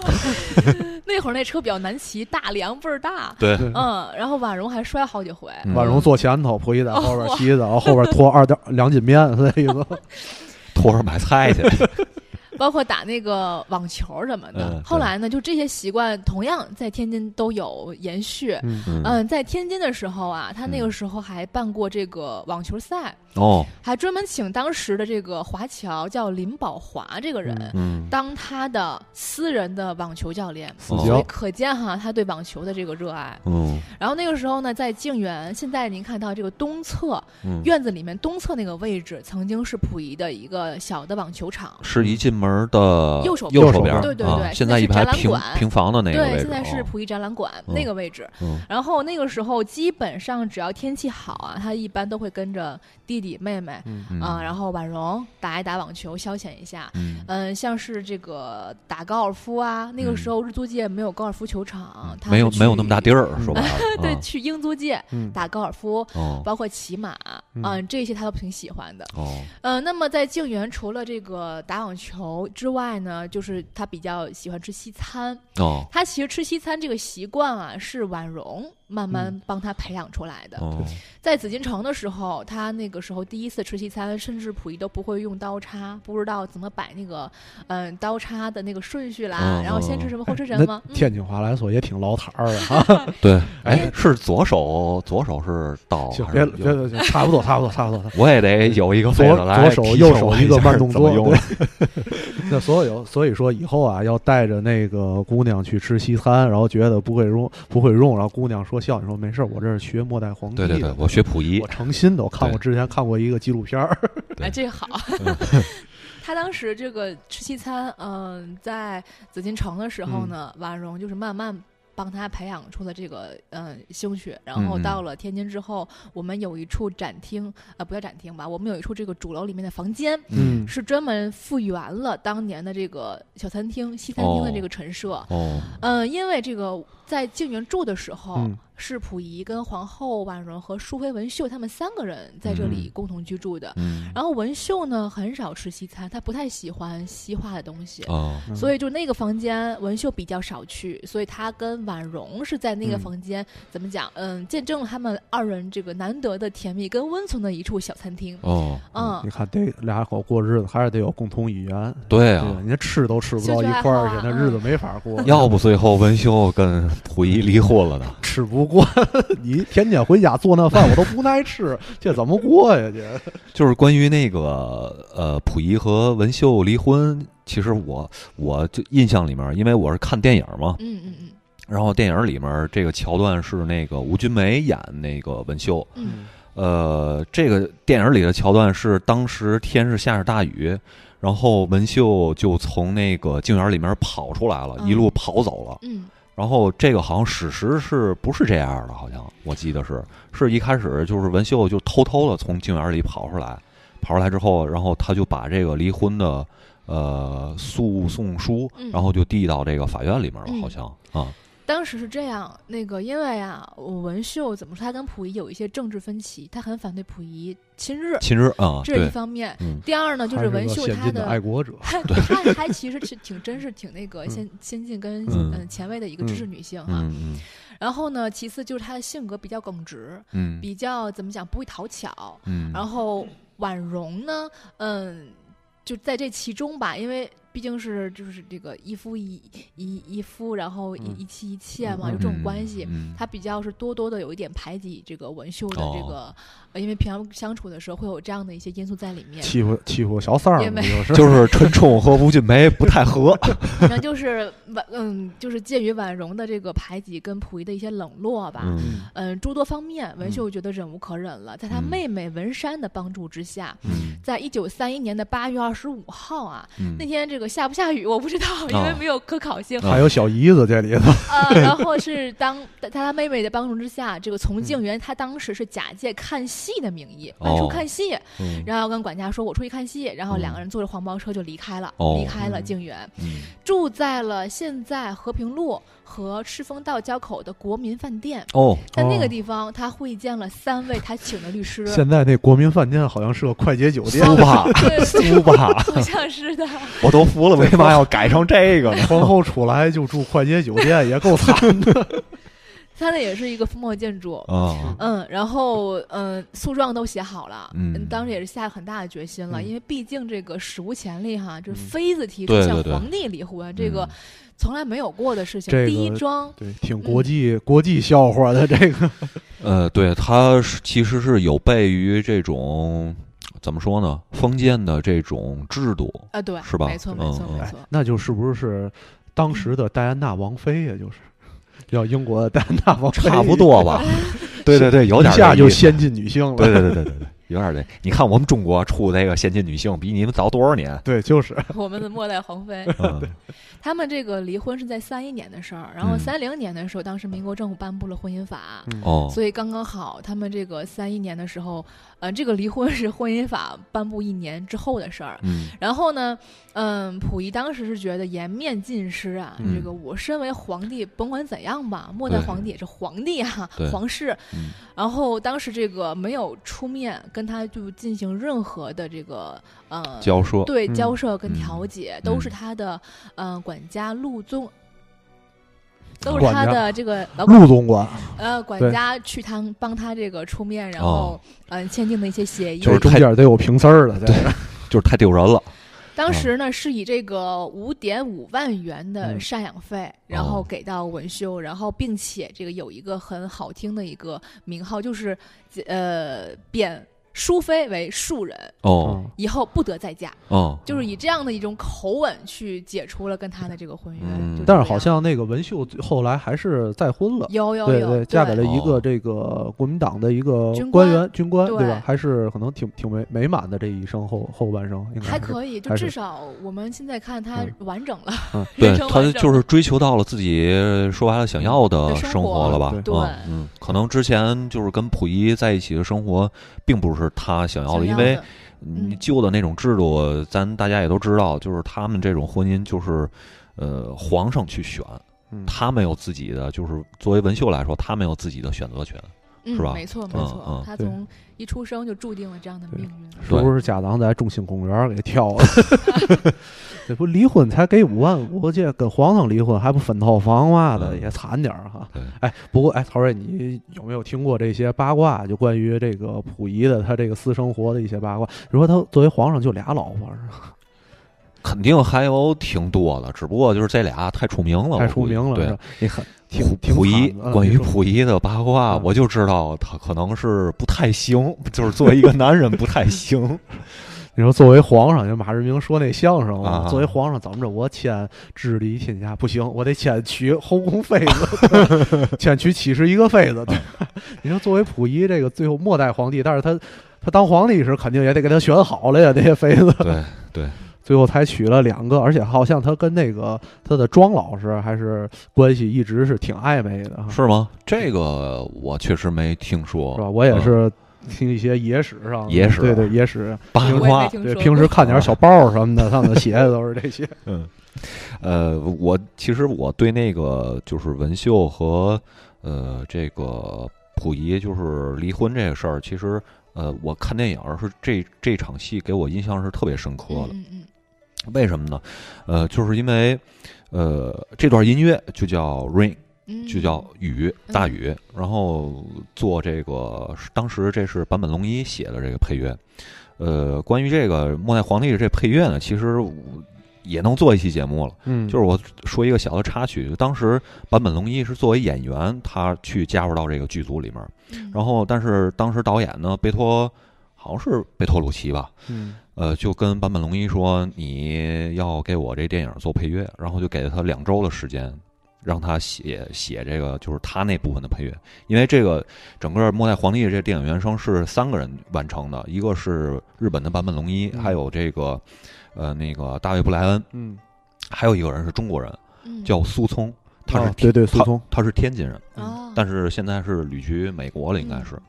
C: 那会儿那车比较难骑，大梁倍儿大。
B: 对
A: 对
C: [laughs] 嗯，然后婉容还摔好几回。
B: 嗯
A: 婉容坐前头，溥仪在后
C: 哦
A: 边骑着，后边拖二点两斤面，所以说，
B: 托着买菜 [laughs] 去，
C: 包括打那个网球什么的。
B: 嗯对
C: 后来呢，就这些习惯同样在天津都有延续。
A: 嗯，
B: 嗯，
C: 嗯，在天津的时候啊，他那个时候还办过这个网球赛，
B: 哦，
C: 还专门请当时的这个华侨叫林宝华这个人、
A: 嗯
B: 嗯，
C: 当他的私人的网球教练，
A: 死
B: 哦
C: 所以
A: 角，
C: 可见哈他对网球的这个热爱。
B: 嗯
C: 然后那个时候呢，在静园，现在您看到这个东侧
B: 嗯，
C: 院子里面东侧那个位置，曾经是溥仪的一个小的网球场。
B: 是一进门的
C: 右手边
B: 右手边儿，
C: 对对
B: 啊
C: 对
B: 现在一
C: 现在
B: 排
C: 是展览
B: 平
C: 馆
B: 平房的那个位
C: 对，
B: 置，
C: 现在是
B: 哦
C: 溥仪展览馆、
B: 嗯
C: 那个位置。
B: 嗯
C: 然后那个时候基本上只要天气好啊，他一般都会跟着弟弟妹妹
A: 嗯，
B: 嗯
C: 啊、然后婉容打一打网球消遣一下。
B: 嗯
C: 嗯，像是这个打高尔夫啊，那
B: 嗯
C: 个时候日租界没有高尔夫球场，他
B: 没有
C: 会
B: 没有
C: 去嗯
B: 那么大地儿，说白了，
C: [laughs] 对，
B: 啊
C: 去英租界
A: 嗯，
C: 打高尔夫，
B: 哦
C: 包括骑马，
A: 嗯
C: 嗯、这些他都挺喜欢的。
B: 哦，
C: 嗯、那么在静园除了这个打网球之外呢，就是他比较喜欢吃西餐。
B: 哦
C: 他其实吃西餐这个习惯啊，是婉容慢慢帮他培养出来的。
B: 哦，
C: 在紫禁城的时候，他那个时候第一次吃西餐，甚至溥仪都不会用刀叉，不知道怎么摆那个嗯、刀叉的那个顺序啦，
B: 嗯
C: 然后先
B: 嗯
C: 吃什么后吃什
A: 那
C: 么。嗯
A: 天津话来说也挺老坛儿的啊，
B: 对，
A: 哎
B: 哎，是左手左手是刀，
A: 行，
B: 还
A: 别
B: 是
A: 别
B: 右
A: 别，别差不多，差不多，差
B: [laughs]
A: 不多。
B: 我也得有一个位置
A: 左左
B: 来
A: 手
B: 提醒
A: 右手
B: 我
A: 一个
B: 下
A: 慢动
B: 怎么
A: 作
B: 用
A: 对
B: 了， [laughs]
A: 那所有，所以说以后啊，要带着那个姑娘去吃西餐，然后觉得不会用，不会用，然后姑娘说笑，你说没事儿，我这是学末代皇帝
B: 对
A: 的，
B: 对对，我学溥仪
A: 我，诚心的，我看
B: 对
A: 我之前看过一个纪录片儿，
B: 对
C: 哎，这
B: [laughs]
C: 个好。 [laughs] 他当时这个吃西餐，嗯、在紫禁城的时
B: 嗯
C: 候呢，婉容就是慢慢。帮他培养出了这个嗯兴趣，然后
B: 嗯嗯
C: 到了天津之后，我们有一处展厅，呃，不叫展厅吧，我们有一处这个主楼里面的房间，
A: [laughs] 嗯
C: 是专门复原了当年的这个小餐厅、西餐厅的这个陈设。
B: 哦，
C: 嗯，因为这个在静园住的时候，
A: 嗯
C: 是溥仪跟皇后婉容和淑妃文秀他们三个人在这里共同居住的。
B: 嗯，
C: 然后文秀呢很少吃西餐，她不太喜欢西化的东西，
B: 哦，
A: 嗯
C: 所以就那个房间文秀比较少去，所以她跟婉容是在那个
A: 嗯
C: 房间、怎么讲？嗯，见证了他们二人这个难得的甜蜜跟温存的一处小餐厅。
B: 哦，
C: 嗯，
A: 你看得俩口过日子，还是得有共同语言，
B: 对
A: 对
B: 啊
A: 吧，，人家吃都吃不到
C: 兴趣
A: 一
C: 爱
A: 块儿
C: 好
A: 去
C: 啊，
A: 那日子没法过，
B: 要不最后文秀跟溥仪离婚了呢？
A: 吃不过， [laughs] 你天天回家做那饭，我都不耐吃， [laughs] 这怎么过呀？这
B: [laughs] 就是关于那个呃，溥仪和文秀离婚，其实我我就印象里面，因为我是看电影嘛，
C: 嗯嗯嗯
B: 然后电影里面这个桥段是那个吴君梅演那个文秀，
C: 嗯，
B: 呃，这个电影里的桥段是当时天是下着大雨，然后文秀就从那个静园里面跑出来了，
C: 嗯
B: 一路跑走了。
C: 嗯，
B: 然后这个好像史实是不是这样的？好像我记得是，是一开始就是文秀就偷偷的从静园里跑出来，跑出来之后，然后他就把这个离婚的呃诉讼书
C: 嗯，
B: 然后就递到这个法院里面了，
C: 嗯
B: 好像啊，
C: 当时是这样，那个因为啊，文秀怎么说，他跟溥仪有一些政治分歧，他很反对溥仪亲日，
B: 亲日啊，
C: 这是一
B: 对，
C: 方面。
B: 嗯，
C: 第二呢，就
A: 他
C: 是
A: 是
C: 文
A: 个
C: 秀
A: 先
C: 他
A: 进的爱国者，
C: 他他还其实挺挺真是挺那个
A: 嗯
C: 先先进跟
B: 嗯
C: 嗯前卫的一个
A: 嗯
C: 知识女性哈。
B: 嗯
C: 然后呢，其次就是她的性格比较耿直，
B: 嗯嗯
C: 比较怎么讲不会讨巧。
B: 嗯，
C: 然后婉容呢，嗯，就在这其中吧，因为毕竟是就是这个一夫一一一夫，然后一
A: 嗯
C: 一妻一妾嘛，
A: 嗯
C: 有这种关系。
B: 嗯，
C: 他比较是多多的有一点排挤这个文秀的这
B: 哦
C: 个，呃因为平常相处的时候会有这样的一些因素在里面。
A: 欺负欺负小三儿
C: 也
A: 嘛，
C: 没
A: 就是
B: [laughs] 就是春冲和吴俊梅不太
C: [laughs]
B: 合，
C: 然后就是婉，嗯，就是鉴于婉容的这个排挤跟溥仪的一些冷落吧，
B: 嗯
C: 嗯，诸多方面，文
A: 嗯
C: 秀觉得忍无可忍了，在他
B: 嗯
C: 妹妹文山的帮助之下，
B: 嗯
C: 在一九三一年的八月二十五号啊，
B: 嗯
C: 那天这个下不下雨我不知道，因为没有可考性。
B: 啊
A: 还有小姨子这里头，
B: [laughs]
C: 呃，然后是当在他妹妹的帮助之下，这个从敬园他当时是假借看戏的名义外出
B: 嗯哦
C: 看戏，
B: 嗯
C: 然后跟管家说我出去看戏，然后
B: 嗯
C: 两个人坐着黄包车就离开了，
B: 哦
C: 离开了
A: 嗯
C: 敬园，
B: 嗯
C: 住在了现在和平路和赤峰道交口的国民饭店。
B: 哦，
C: 在那
A: 哦
C: 个地方，他会见了三位他请的律师。
A: 现在那国民饭店好像是个快捷酒店，
B: 苏吧 [laughs]
C: 对，
B: 苏吧，
C: 好像是的。
B: [laughs] 我都服了，为嘛要改成这
C: [laughs]
B: 个呢？
A: 皇后出来就住快捷酒店，也够惨。
C: 他那也是一个风貌建筑，
B: 啊，
C: 嗯，然后嗯，诉状都写好了，
B: 嗯
C: 当时也是下了很大的决心了，
A: 嗯
C: 因为毕竟这个史无前例哈，就是
A: 嗯
C: 妃子提出
B: 对对
C: 向
B: 对嗯
C: 皇帝离婚，这个从来没有过的事情，
A: 这个
C: 第一桩，
A: [laughs] 对，挺国际国际笑话的这个，
B: 呃，对，它是其实是有悖于这种怎么说呢，封建的这种制度。
C: 啊，对，
B: 是吧
C: 没错，
B: 嗯
C: 没错，
B: 嗯
C: 没
A: 哎
C: 错。，
A: [laughs] 那就是不是当时的戴安娜王妃，也就是叫英国的戴安娜王妃，
B: 差不多吧，
C: 哎
B: [laughs] 对对对，有点
A: 一
B: 这
A: 下就
B: 意思
A: 先进女性了。
B: [laughs] 对对对对对对，有点这。你看我们中国出那个先进女性，比你们早多少年？
A: 对就是
C: 我们的末代皇妃，
B: [laughs] 嗯
C: 他们这个离婚是在三一年的事儿，然后
B: 嗯
C: 三零年的时候，当时民国政府颁布了婚姻法，
A: 嗯
B: 哦，
C: 所以刚刚好，他们这个三一年的时候，呃，这个离婚是婚姻法颁布一年之后的事儿。
B: 嗯
C: 然后呢，嗯，溥仪当时是觉得颜面尽失啊，
B: 嗯
C: 这个我身为皇帝，甭管怎样吧，末代
B: 对
C: 皇帝也是皇帝啊
B: 对，
C: 皇室。
B: 嗯
C: 然后当时这个没有出面跟他就进行任何的这个呃
B: 交涉，
C: 对
A: 嗯
C: 交涉跟调
B: 嗯
C: 解，都是
B: 嗯
C: 他的呃管家陆宗，都是
A: 管
C: 他
A: 家
C: 的
B: [laughs]
C: 这个老
A: 陆总管，
C: 呃，管
A: 对
C: 家去他帮他这个出面，然后
B: 哦
C: 嗯、呃签订的一些协议。
B: 就是
A: 中间得有平丝儿了，在
B: 对就是太丢人了。
C: 当
B: 哦
C: 时呢是以这个五点五万元的
A: 嗯
C: 赡养费，然后
B: 哦
C: 给到文修，然后并且这个有一个很好听的一个名号，就是呃贬淑妃为庶人，
A: 嗯
B: 哦
C: 以后不得再嫁，
B: 哦，
C: 就是以这样的一种口吻去解除了跟他的这个婚约。
B: 嗯
C: 就
A: 但是
C: 这
A: 好
C: 样
A: 像那个文秀后来还是再婚了。
C: 有有
A: 对
C: 有
A: 对，嫁给了一个
B: 哦
A: 这个国民党的一个
C: 军
A: 官
C: 官
A: 员军官，
C: 对
A: 对吧？还是可能挺挺美美满的这一生后后半生，应该
C: 还
A: 是
C: 可以，就
A: 还
C: 至
A: 是
C: 少我们现在看他
A: 嗯
C: 完整了，
A: 嗯
B: 对
C: [laughs] 人生
B: 他
C: 完整
B: 就是追求到了自己说白了想要的
C: 对生
B: 生活了吧
A: 活？
C: 对
B: 嗯嗯，可能之前就是跟溥仪在一起的生活，并不是他想要的，
C: 想
B: 因
C: 要
B: 为
C: 的
B: 你
C: 嗯
B: 旧的那种制度，咱大家也都知道，就是他们这种婚姻就是，呃，皇上去选，
A: 嗯
B: 他们有自己的，就是作为文秀来说，他们有自己的选择权。
C: 嗯
B: 是吧
C: 没错，没
B: 嗯
C: 错
B: 嗯，
C: 他
A: 对
C: 从一出生就注定了这样的
A: 对
C: 命运。
A: 是不是家长在中心公园给跳了？ [laughs] 这不离婚才给五万五，这跟皇上离婚还不分套房嘛的，
B: 嗯
A: 也惨点儿哈
B: 对。
A: 哎，不过哎，曹睿，你有没有听过这些八卦？就关于这个溥仪的他这个私生活的一些八卦？你说他作为皇上就俩老婆是吧？
B: 肯定还有挺多的，只不过就是这俩太出名了，
A: 太出名了
B: 我估计
A: 是
B: 对
A: 吧，？你很挺
B: 溥
A: 挺
B: 溥仪
A: 惨的，啊
B: 关于
A: 你说
B: 溥仪的八卦，
A: 嗯
B: 我就知道他可能是不太行，就是作为一个男人不太
A: [laughs]
B: 行。
A: 你说作为皇上，就马志明说那相声
B: 啊
A: 作为皇上怎么着，我迁治理天下不行，我得迁娶后宫妃子， [laughs] 迁娶七十一个妃子。对
B: 啊
A: [laughs] 你说作为溥仪这个最后末代皇帝，但是他他当皇帝时肯定也得给他选好了呀，这些妃子
B: 对，
A: 最后才娶了两个，而且好像他跟那个他的庄老师还是关系一直是挺暧昧的，
B: 是吗？这个我确实没听说，呃
A: 是吧？我也是听一些野史上
B: 嗯野史啊
A: 对对野史，
B: 八
C: 我也没
B: 卦，
C: 听
A: 对
C: 说过。 [laughs]
A: 平时看点小报什么的，上头写的都是这些。
B: 嗯，呃，我其实我对那个就是文秀和呃这个溥仪就是离婚这个事儿，其实呃我看电影儿是这这场戏给我印象是特别深刻的。
C: 嗯嗯
B: 为什么呢？呃，就是因为呃这段音乐就叫 Rain，
C: 嗯，
B: 就叫雨，大
C: 嗯
B: 雨。然后做这个，当时这是坂本龙一写的这个配乐。呃，关于这个《末代皇帝》这配乐呢，其实我也能做一期节目了。
A: 嗯，
B: 就是我说一个小的插曲，就当时坂本龙一是作为演员，他去加入到这个剧组里面。
C: 嗯，
B: 然后，但是当时导演呢，贝托好像是贝托鲁奇吧，
A: 嗯
B: 呃，就跟坂本龙一说，你要给我这电影做配乐，然后就给了他两周的时间，让他写写这个就是他那部分的配乐，因为这个整个《末代皇帝》这电影原声是三个人完成的，一个是日本的坂本龙一，
A: 嗯
B: 还有这个呃那个大卫布莱恩，
A: 嗯，
B: 还有一个人是中国人，
C: 嗯
B: 叫苏聪，他是
A: 啊对对，
B: 他
A: 苏聪，
B: 他是天津人，
C: 哦，
B: 但是现在是旅居美国了，应该
C: 嗯
B: 是。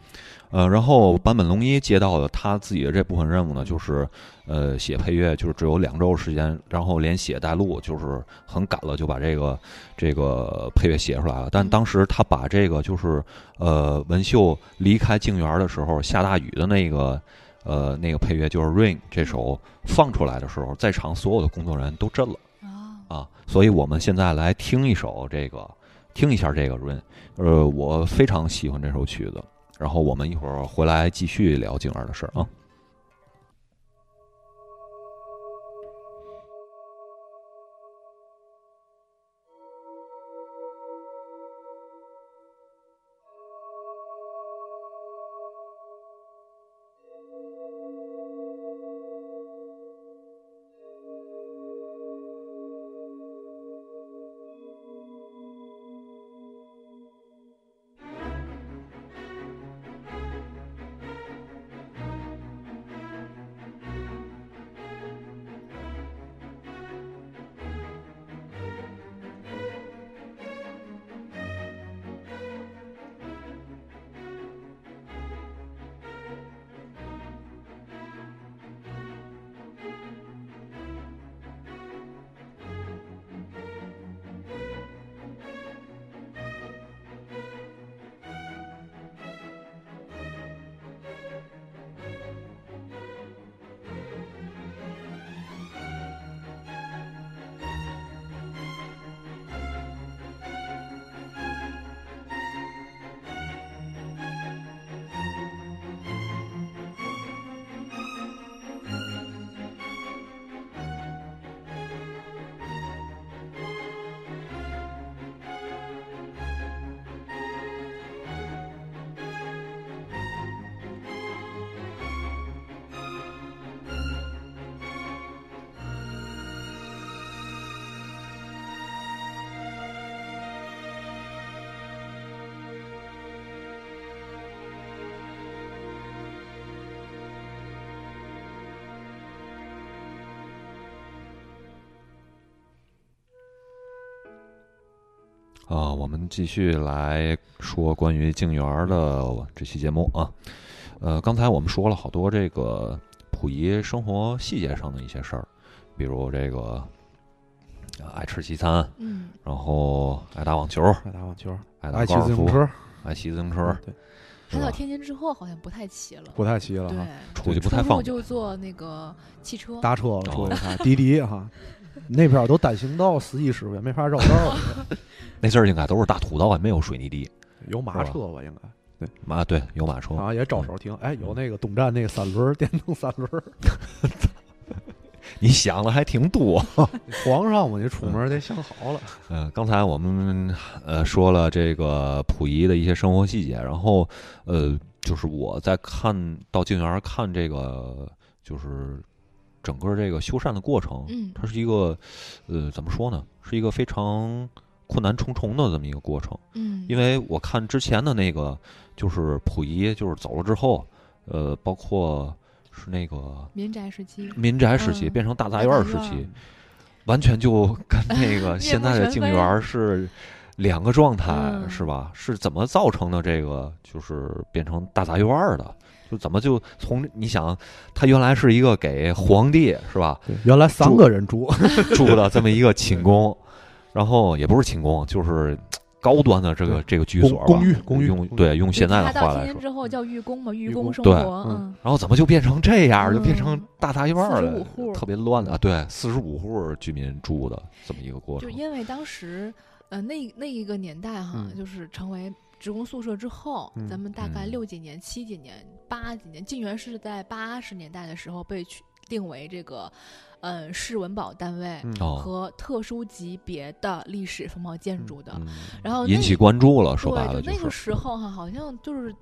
B: 呃，然后坂本龙一接到的他自己的这部分任务呢，就是呃写配乐，就是只有两周时间，然后连写带录，就是很赶了，就把这个这个配乐写出来了。但
C: 嗯
B: 当时他把这个就是呃文秀离开静园的时候下大雨的那个呃那个配乐就是《Rain》这首放出来的时候，在场所有的工作人员都震了。
C: 哦
B: 啊，所以我们现在来听一首这个，听一下这个 Rain，呃，我非常喜欢这首曲子。然后我们一会儿回来继续聊静儿的事儿啊。啊，我们继续来说关于静园儿的这期节目啊。呃，刚才我们说了好多这个溥仪生活细节上的一些事儿，比如这个呃爱吃西餐，
C: 嗯
B: 然后爱打网球，
A: 爱打网球，
B: 爱打
A: 爱骑
B: 高尔
A: 自行
B: 夫，
A: 车，
B: 爱骑自行车，
A: 嗯对，
B: 是
C: 他
B: 吧
C: 到天津之后好像不太骑了，
A: 不太骑了哈，
C: 对，
B: 出去不
C: 出
B: 太
C: 入
B: 方便。
C: 就坐那个汽车，
A: 搭车了，
B: 哦
A: 说一下滴滴哈，那边儿都单行道，司机师傅也没法绕道儿，
C: [laughs]
B: 那阵儿应该都是大土道，也没有水泥地。
A: 有马车吧应该。
B: 啊，对，有马车。
A: 好像也招手停，哎，有
B: 嗯
A: 那个东站那个三轮儿电动三轮儿，
B: 你想的还挺多。
C: [laughs]
A: 皇上嘛，你出门得想好了。
B: 嗯，刚才我们呃说了这个溥仪的一些生活细节，然后呃，就是我在看到静园儿看这个，就是整个这个修缮的过程，
C: 嗯
B: 它是一个呃怎么说呢，是一个非常困难重重的这么一个过程。
C: 嗯，
B: 因为我看之前的那个，就是溥仪就是走了之后，呃，包括是那个
C: 民宅时期
B: 民宅时期
C: 嗯
B: 变成大杂
C: 大
B: 院
C: 杂
B: 儿时
C: 院儿
B: 期，完全就
C: [laughs]
B: 跟那个
C: 面
B: 现
C: 目
B: 在的
C: 全
B: 静
C: 非
B: 园儿是两个状态，
C: 嗯
B: 是吧？是怎么造成的这个就是变成大杂院儿的就怎么就从你想，它原来是一个给皇帝是
C: [laughs]
B: 吧
A: 对原来三个人住，
B: 住的这么一个寝宫，然后也不是寝宫，就是高端的这个这个居所吧
A: 公公寓公寓
B: 用
A: 公寓
B: 对用现在
C: 他
B: 的话
C: 到
B: 来
C: 天津
B: 说，嗯
C: 之后叫寓公嘛，寓
A: 寓
C: 公
A: 公
C: 生
B: 对
C: 活，嗯
A: 嗯，
B: 然后怎么就变成这样，就变
C: 嗯
B: 成大杂院儿了
C: 45户，
B: 特别乱的啊！对，四十五户居民住的这么一个过
C: 就
B: 程，
C: 因为当时，呃，那那一个年代哈，
A: 嗯
C: 就是成为职工宿舍之后，
A: 嗯
C: 咱们大概
B: 嗯
C: 六几年、七几年、八几年，晋源是在八十年代的时候被去定为这个，呃，市文保单位
A: 嗯
B: 哦，
C: 和特殊级别的历史风貌建筑的。
B: 嗯
C: 然后
B: 引
C: 那
B: 起关注了，说白了
C: 对，就那
B: 是
C: 个时候哈、好像就是。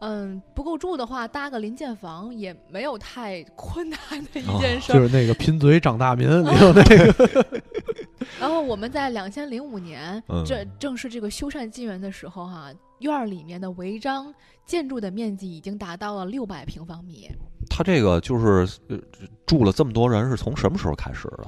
C: 嗯，不够住的话，搭个临建房也没有太 [laughs] 困难的一件
B: 哦
C: 事儿。
A: [laughs] 就是那个贫嘴长大
C: [laughs]
A: 民，没有那个
C: 然后我们在两千零五年，
B: 嗯
C: 这正是这个修缮进园的时候哈、院儿里面的违章建筑的面积已经达到了六百平方米。
B: 他这个就是呃住了这么多人，是从什么时候开始的？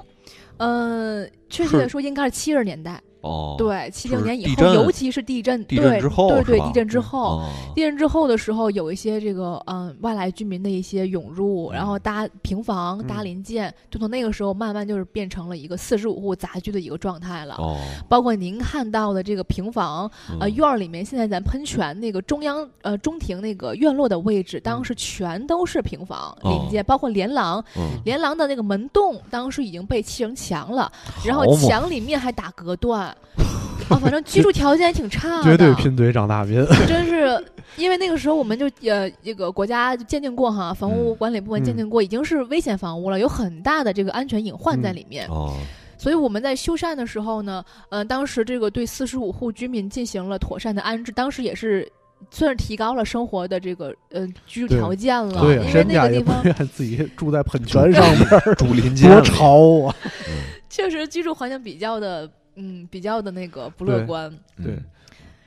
C: 呃，确切的
B: 是
C: 说，应该是七十年代，
B: 哦，
C: 对，七
B: 就
C: 六
B: 是
C: 年以
B: 地
C: 后，
B: 震
C: 尤其是地震，
B: 地震之后
C: 对对
B: 是
C: 对，
B: 吧
C: 地震之后。
B: 哦，
C: 地震之后的时候，有一些这个嗯外来居民的一些涌入，然
B: 嗯
C: 后搭平房、搭
A: 嗯
C: 邻建，就从那个时候慢慢就是变成了一个四十五户杂居的一个状态了。
B: 哦，
C: 包括您看到的这个平房，呃，
B: 嗯
C: 院儿里面现在咱喷泉那个中央呃中庭那个院落的位置，当时全都是平房
B: 嗯哦
C: 临街，包括连廊，
B: 嗯
C: 连廊的那个门洞当时已经被砌成墙了，然后
B: 好嘛
C: 墙里面还打
B: [laughs]
C: 隔断，啊，反正居住条件也挺差的，
A: 绝对贫嘴长大民。
C: 真是因为那个时候我们就呃这个国家就鉴定过哈，房屋
B: 嗯
C: 管理部门鉴定过，已经是危险房屋了，有很大的这个安全隐患在
A: 嗯
C: 里面，
B: 哦，
C: 所以我们在修缮的时候呢，呃，当时这个对四十五户居民进行了妥善的安置，当时也是算是提高了生活的这个呃居住条件了，
A: 对，
C: 因为
A: 人
C: 那
A: 家
C: 个地
A: 也不
C: 方
A: 愿自己住在喷泉上边 [laughs] 儿，
B: 住林间
A: 多
B: 里
A: 潮啊！
C: 确实居住环境比较的。嗯，比较的那个不乐
A: 对
C: 观。
B: 嗯
A: 对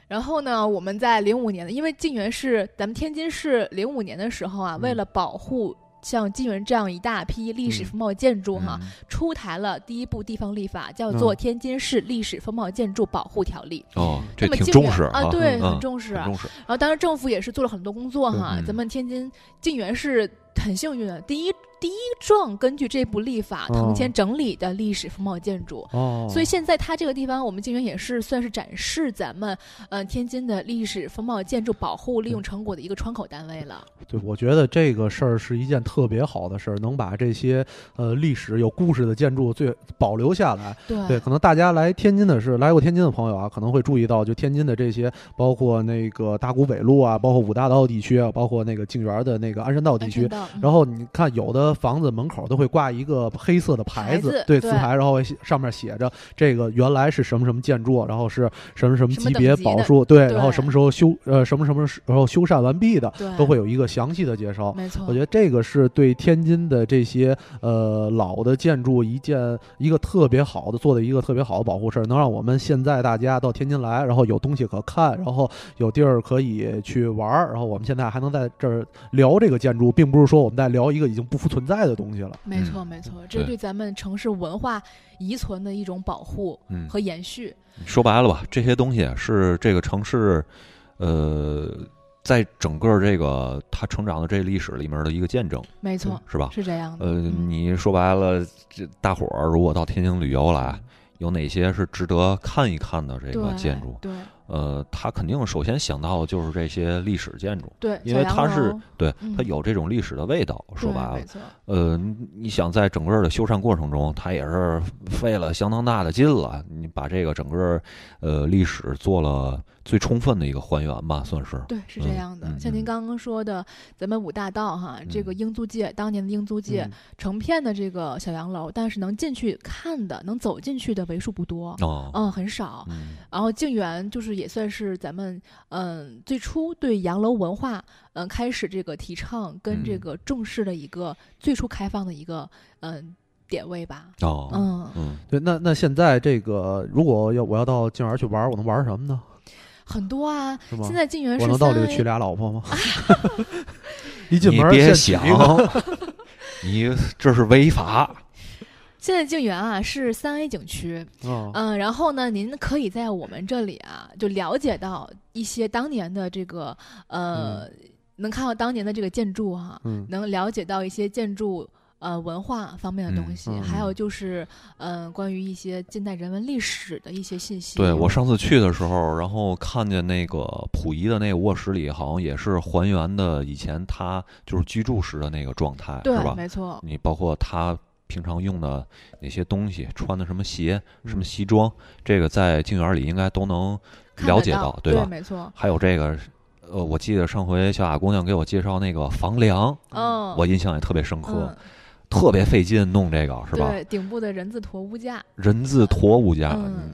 C: 然后呢，我们在零五年的，因为晋源是咱们天津市零五年的时候啊，
A: 嗯
C: 为了保护像晋源这样一大批历史
A: 嗯
C: 风貌建筑哈，
B: 嗯
C: 出台了第一部地方立法，叫做《
A: 嗯
C: 天津市历史风貌建筑保护条例》。
B: 哦，这
C: 那么
B: 挺
C: 靖
B: 重
C: 远
B: 视
C: 啊，对，啊
B: 嗯
C: 很重视。
B: 很重视，
C: 然后当时政府也是做了很多工作哈，
B: 嗯
C: 咱们天津晋源市很幸运的，第一第一幢根据这部立法
A: 哦
C: 腾迁整理的历史风貌建筑。
A: [laughs] 哦，
C: 所以现在它这个地方，我们晋源也是算是展示咱们呃天津的历史风貌建筑保护利用成果的一个窗口单位了。
A: 对，我觉得这个事儿是一件特别好的事儿，能把这些呃历史有故事的建筑最保留下来。
C: 对
A: 对，可能大家来天津的是来过天津的朋友啊，可能会注意到，就天津的这些，包括那个大沽北路啊，包括五大道地区啊，包括那个静园的那个鞍山道地
C: 安
A: 区啊
C: 全，道，嗯
A: 然后你看，有的房子门口都会挂一个黑色的牌
C: 牌子
A: 对，
C: 对
A: 字牌，然后上面写着这个原来是什么什么建筑，然后是什么什么
C: 什么
A: 级
C: 等
A: 别
C: 级
A: 保
C: 的
A: 数，对，
C: 对
A: 然后什么时候修，呃，什么什么时候修缮完毕的，
C: 对
A: 都会有一个详细的介绍。
C: 没错，
A: 我觉得这个是对天津的这些呃老的建筑一件一个特别好的做的一个特别好的保护事儿，能让我们现在大家到天津来，然后有东西可看，然后有地儿可以去玩儿，然后我们现在还能在这儿聊这个建筑，并不是说我们在聊一个已经不复存在的东西了。
C: 没错
B: 嗯
C: 没错，这是对
B: 对
C: 咱们城市文化遗存的一种保护
B: 嗯，
C: 和延续。
B: 说白了吧，这些东西啊是这个城市，呃，在整个这个它成长的这历史里面的一个见证，
C: 没错，
B: 是吧？
C: 是这样的。
B: 呃，
C: 嗯
B: 你说白了，这大伙儿如果到天津旅游来，有哪些是值得看一看的这个
C: 对
B: 建筑？
C: 对
B: 呃，他肯定首先想到的就是这些历史建筑，
C: 对，
B: 因为
C: 小洋
B: 它是
C: 楼
B: 对
C: 嗯
B: 它有这种历史的味道。说
C: 对
B: 白了
C: 没，错，
B: 呃，你想在整个的修缮过程中，它也是费了相当大的劲了。你把这个整个呃历史做了最充分的一个还原吧，算是。
C: 对是这
B: 嗯
C: 样的。
B: 嗯
C: 像您
B: 嗯
C: 刚刚说的，咱们五大道哈，这个
B: 嗯
C: 英租界当年的英租界
A: 嗯，
C: 成片的这个小洋楼，但是能进去看的、能走进去的为数不多，
B: 哦，
C: 嗯，很少。
B: 嗯，
C: 然后静园就是也算是咱们嗯最初对洋楼文化嗯开始这个提倡跟这
B: 嗯
C: 个重视的一个最初开放的一个嗯点位吧，
B: 哦，
C: 嗯，
B: 嗯，
A: 对，那那现在这个如果要我要到静园去玩儿，我能玩儿什么呢？
C: 很多啊
A: 是。吗
C: 现在静园
A: 我
C: 是
A: 能
C: 三
A: 到里娶
C: A，
A: 俩老婆
C: [laughs]
A: 吗？ [laughs] 一进
B: 你
A: 门儿
B: 别
A: 先
B: 想
A: 娶一个，
B: [laughs] 你这是违法。
C: 现在静园啊是三 A 景区，
B: 哦
A: 嗯
C: 嗯，然后呢，您可以
B: 嗯
C: 在我们这里啊就了解到一些当年的这个呃。能看到当年的这个建筑啊，
A: 嗯
C: 能了解到一些建筑呃文化方面的东西，
A: 嗯嗯
C: 还有就是嗯、呃关于一些近代人文历史的一些信息。
B: 对我上次去的时候，然后看见那个溥仪的那个卧室里，好像也是还原的以前他就是居住时的那个状态，
C: 对
B: 是吧？
C: 没错，
B: 你包括他平常用的哪些东西，穿的什么鞋、什
A: 嗯
B: 么西装，这个在静园里应该都能
C: 看得
B: 了解
C: 到，
B: 对吧？
C: 没错，
B: 还有这个，呃，我记得上回小雅姑娘给我介绍那个房梁，
C: 嗯，
B: 我印象也特别深刻，
C: 嗯，
B: 特别费劲弄这个是吧？
C: 对，顶部的人字驼屋架，
B: 人字驮物架，
C: 嗯，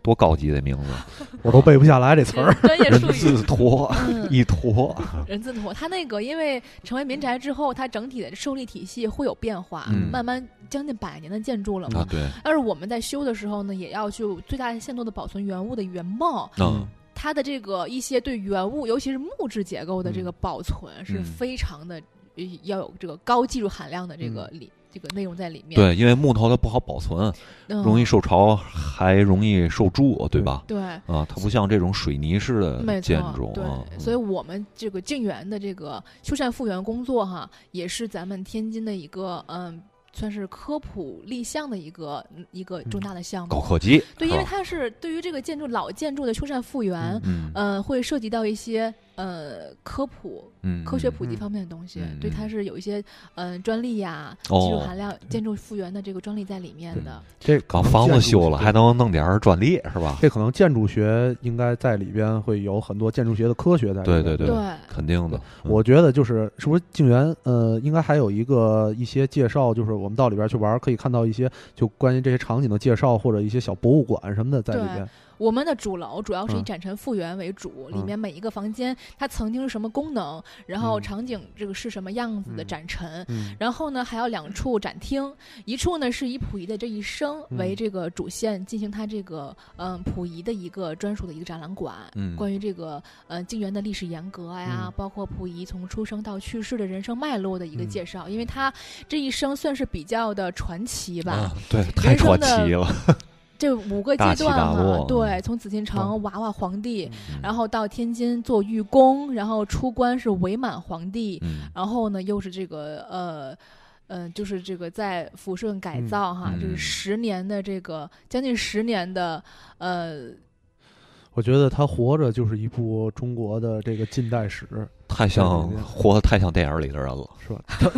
B: 多高级的名字，
A: 我都背不下来这词儿。
C: 专业
B: 人
C: 术语。
B: 字驮。
C: 嗯，
B: 一驮，
C: 人字拖，它那个因为成为民宅之后，它整体的受力体系会有变化，
B: 嗯
C: 慢慢将近百年的建筑了嘛。
B: 啊，对，
C: 但是我们在修的时候呢，也要去最大限度的保存原物的原貌，
B: 嗯，
C: 它的这个一些对原物，尤其是木质结构的这个保存是
B: 嗯
C: 非常的、呃要有这个高技术含量的这个里、这个内容在里
B: 嗯
C: 面，
B: 对，因为木头它不好保存，
C: 嗯，
B: 容易受潮，还容易受蛀，对吧？
C: 对。
B: 啊，它不像这种水泥式
C: 没
B: 的
C: 错
B: 建筑，
C: 对
B: 啊，，
C: 所以我们这个静园的这个修缮复原工作哈，也是咱们天津的一个嗯，算是科普立项的一个一个重大的项
B: 高
C: 目。
B: 科技，是
C: 对，因为
B: 吧
C: 它是对于这个建筑老建筑的修缮复原，
A: 嗯
B: 嗯
C: 呃，会涉及到一些呃科普、
B: 嗯
C: 科学
B: 嗯
C: 普及方面的东西，
B: 嗯
C: 对它
B: 嗯
C: 是有一些嗯、呃专利呀、
B: 哦
C: 技术含量、建筑复原的这个专利在里面的。
A: 这
B: 搞房子修了还能弄点儿专利是吧？
A: 这可能建筑学应该在里边会有很多建筑学的科学在里边。
B: 对对嗯对
C: 对，
B: 肯定的，嗯
A: 我觉得就是是不是静园呃，应该还有一个一些介绍，就是我们到里边去玩儿，可以看到一些就关于这些场景的介绍，或者一些小博物馆什么的在里边。
C: 我们的主楼主要是以
A: 嗯
C: 展陈复原为主，里
A: 嗯
C: 面每一个房间它曾经是什么功能，然后
A: 嗯
C: 场景这个是什么样子的
A: 嗯
C: 展陈。
A: 嗯
C: 然后呢，还有两处展厅，一处呢是以溥仪的这一生为
A: 嗯
C: 这个主线，进行他这个嗯溥仪的一个专属的一个展览馆。
B: 嗯，
C: 关于这个呃静园的历史沿革呀，
A: 嗯
C: 包括溥仪从出生到去世的人生脉络的一个
A: 嗯
C: 介绍，因为他这一生算是比较的传奇吧。
B: 啊，对，太
C: 人生
B: 传
C: 的
B: 奇了，
C: 这五个
B: 大起
C: 阶段
B: 大
C: 嘛
B: 落，
C: 对，从紫禁城
A: 嗯
C: 娃娃皇帝，
B: 嗯
C: [laughs] 然后到天津做御工，然后出关是伪满皇帝，
B: 嗯
C: 然后呢又是这个呃。嗯，就是这个在抚顺改
A: 嗯
C: 造哈，就是
B: 嗯
C: 十年的这个将近十年的，呃，
A: 我觉得他活着就是一部中国的这个近代史，
B: 太像活得太像电影里的人了，
A: 是吧？他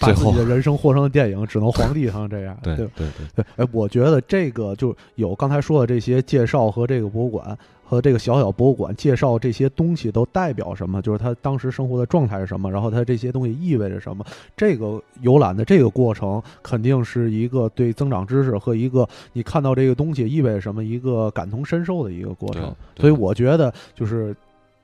A: 把
B: 最
A: 自
B: 后
A: 己的人生活成了电影，只能皇帝才能这样，
B: 对
A: 对吧
B: 对对，
A: 对，哎，我觉得这个就有刚才说的这些介绍和这个博物馆和这个小小博物馆介绍这些东西都代表什么，就是他当时生活的状态是什么，然后他这些东西意味着什么。这个游览的这个过程肯定是一个对增长知识和一个你看到这个东西意味着什么一个感同身受的一个过
B: 对
A: 程。
B: 对
A: 所以我觉得就是。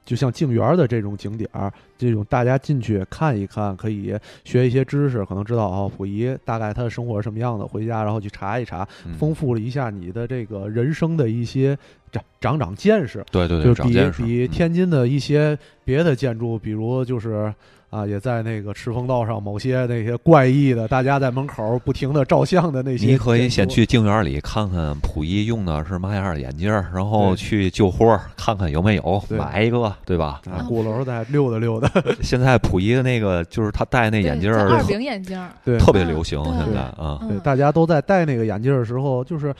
A: 就像静园儿的这种景点儿，这种大家进去看一看，可以学一些知识，可能知道啊，溥仪大概他的生活是什么样的，回家然后去查一查，
B: 嗯
A: 丰富了一下你的这个人生的一些长长长见识，
B: 对对
A: 就
B: 对，
A: 是
B: 长见识
A: 比比
B: 嗯
A: 天津的一些别的建筑，比如就是啊，也在那个赤峰道上某些那些怪异的，大家在门口不停的照相的那些，
B: 你可以先。去静园里看看溥仪用的是嘛样的眼镜儿，然后
A: 对
B: 去旧货儿看看有没有，
A: 对
B: 买一个，对吧？
A: 啊，鼓楼再溜达溜达，
B: 现在溥仪的那个就是他戴那
C: 对
B: 眼镜
C: 叫
B: 儿
C: 二
B: 特
C: 饼眼镜儿，
A: 对，
B: 特别流行，
C: 嗯
B: 现
A: 对
B: 在啊，
A: 对，
C: 嗯，
A: 大家都在戴那个眼镜儿的时候，就是，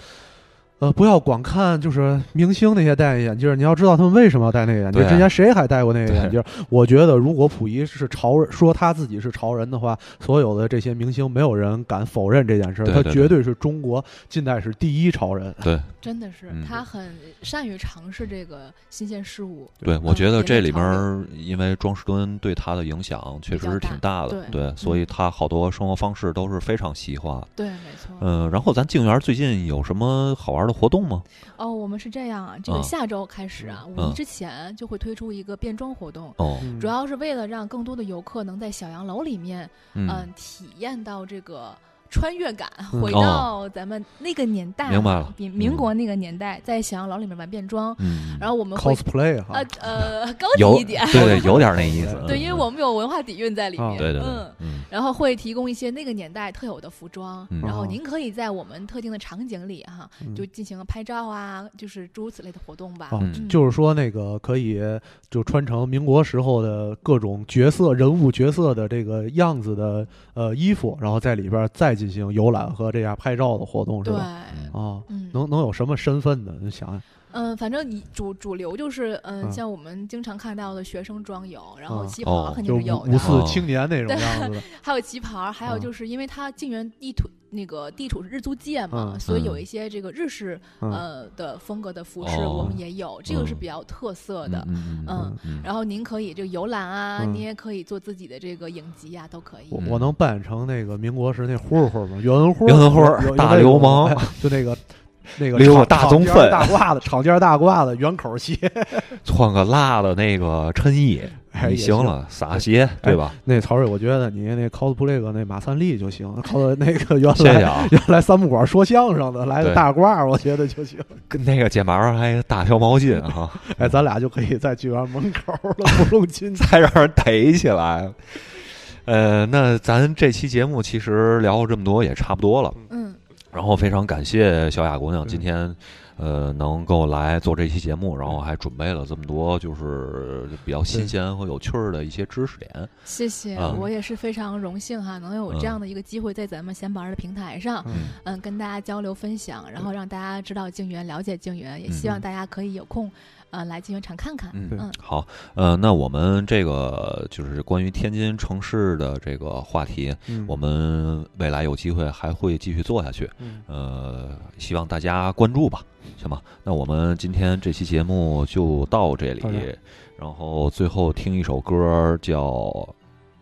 A: 呃，不要光看就是明星那些戴眼镜儿，你要知道他们为什么要戴那个眼镜儿。
B: 对
A: 之前谁还戴过那个眼镜儿？我觉得，如果溥仪是潮人，说他自己是潮人的话，所有的这些明星没有人敢否认这件事儿，
B: 对
A: 他
B: 对
A: 绝对是中国近代史第一潮人。
B: 对
C: 真的是
B: 嗯
C: 他很善于尝试这个新鲜事物，
B: 对，我觉得
C: 也
B: 这
C: 在
B: 里面
C: 考虑
B: 儿因为庄士敦对他的影响确
C: 比
B: 实
C: 较
B: 是
C: 大
B: 挺大的，
C: 对嗯
B: 对，所以他好多生活方式都是非常西化的。
C: 对，没错。
B: 嗯，然后咱静园最近有什么好玩的活动吗？
C: 哦，我们是这样啊，这个
B: 嗯
C: 下周开始啊，五一
B: 嗯
C: 之前就会推出一个变装活动。
B: 哦，
A: 嗯
C: 主要是为了让更多的游客能在小洋楼里面，
B: 嗯
C: 嗯，体验到这个穿越感，
A: 嗯
C: 回到咱们那个年代，
B: 明白了
C: 民民国那个年代，在咸阳牢里面玩变装，
B: 嗯，
C: 然后我们会
A: cosplay 哈
C: 呃，呃高
B: 有
C: 级一点，
B: 对对，有点那意思。
C: 对，
B: 嗯
C: 因为我们有文化底蕴在里面，
A: 哦
B: 对对对
C: 嗯，。
B: 嗯
C: 然后会提供一些那个年代特有的服装，
B: 嗯
C: 然后
A: 哦
C: 您可以在我们特定的场景里哈、
A: 嗯
C: 就进行拍照啊，就是诸如此类的活动吧。
A: 哦
B: 嗯
C: 嗯
A: 就是说那个可以就穿成民国时候的各种角色人物角色的这个样子的呃衣服，然后在里边再进行游览和这样拍照的活动是
C: 对，
A: 吧？
B: 嗯
A: 啊，
C: 嗯
A: 能能有什么身份呢？你想想，
C: 嗯，反正你主主流就是嗯、
A: 嗯
C: 像我们经常看到的学生装有，然后
A: 嗯
C: 旗袍
B: 哦
C: 肯
A: 就
C: 定是
A: 是
C: 有
A: 五
C: 的，
A: 五四青年那种样
C: [laughs]
A: 子的，
C: 还有旗袍，还有
A: 嗯
C: 就是因为它晋元地土那个地处是日租界嘛，
A: 嗯
C: 所以有
B: 嗯
C: 一些这个日式、
A: 嗯
C: 呃的风格的服饰
B: 哦
C: 我们也有，这个是
B: 嗯
C: 比较特色的。
B: 嗯
C: 嗯
B: 嗯
C: 然后您可以这个游览啊，
A: 嗯
C: 您也可以做自己的这个影集呀、都可以。
A: 我
B: 嗯
A: 我能扮演成那个民国时那混混吗？袁文辉，
B: 袁文辉
A: 有有
B: 大
A: 那种
B: 流氓
A: 哎就那个那个
B: 溜
A: 厂
B: 大棕
A: 厂尖
B: 粪
A: 大褂子，厂尖大褂子，圆口鞋，
B: 穿嗯个辣的那个衬衣，
A: 哎也
B: 你行了，洒鞋对吧？
A: 那曹睿，我觉得你那 cosplay 个那马三立就行，cos 那个
B: [laughs]
A: 原
B: 谢谢
A: 来
C: [laughs]
B: 啊，
A: 原来三不管说相声的来个
B: 对
A: 大褂儿，我觉得就行。
B: 跟那个肩膀上还搭条毛巾啊，
A: 哎，咱俩就可以在剧院门口了，不用进去。
B: [laughs] 再让人逮起来。呃，那咱这期节目其实聊这么多也差不多了，
C: 嗯，
B: 然后非常感谢小雅姑娘今天，呃，能够来做这期节目，然后还准备了这么多就是比较新鲜和有趣儿的一些知识点。
C: 谢谢，
A: 嗯
B: 啊
C: 我也是非常荣幸哈，能有这样的一个机会在咱们闲玩儿的平台上，
A: 嗯
C: 嗯，跟大家交流分享，然后让大家知道静园，了解静园，也
B: 嗯
C: 希望
A: 嗯
C: 大家可以有空，呃，来静园场看看。
B: 嗯
A: 对
C: 嗯
B: 好，呃，那我们这个就是关于天津城市的这个话题，
A: 嗯
B: 我们未来有机会还会继续做下去。
A: 嗯
B: 呃，希望大家关注吧，行吧？那我们今天这期节目就到这里
A: 到这儿，
B: 然后最后听一首歌叫。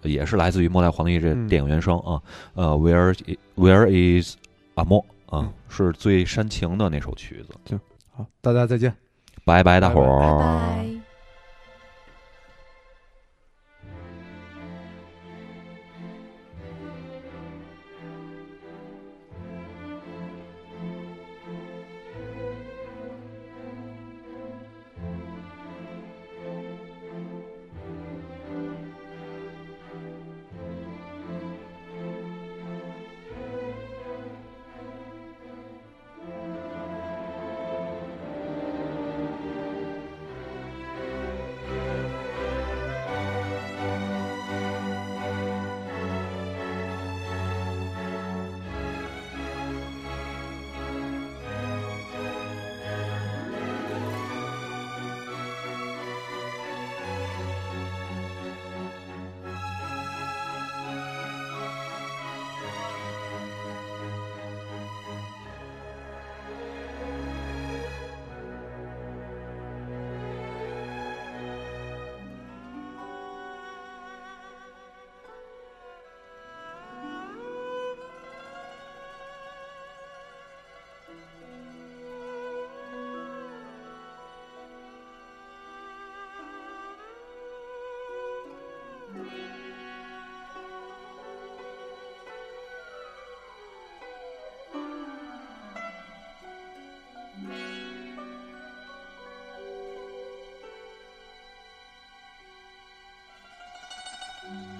B: 也是来自于《末代皇帝》这
A: 嗯
B: 电影原声啊，呃，Where i- Where is 阿莫啊
A: 嗯，
B: 是最煽情的那首曲子。
A: 好，大家再见。
B: 拜拜，大伙儿。
C: 拜拜。
D: Thank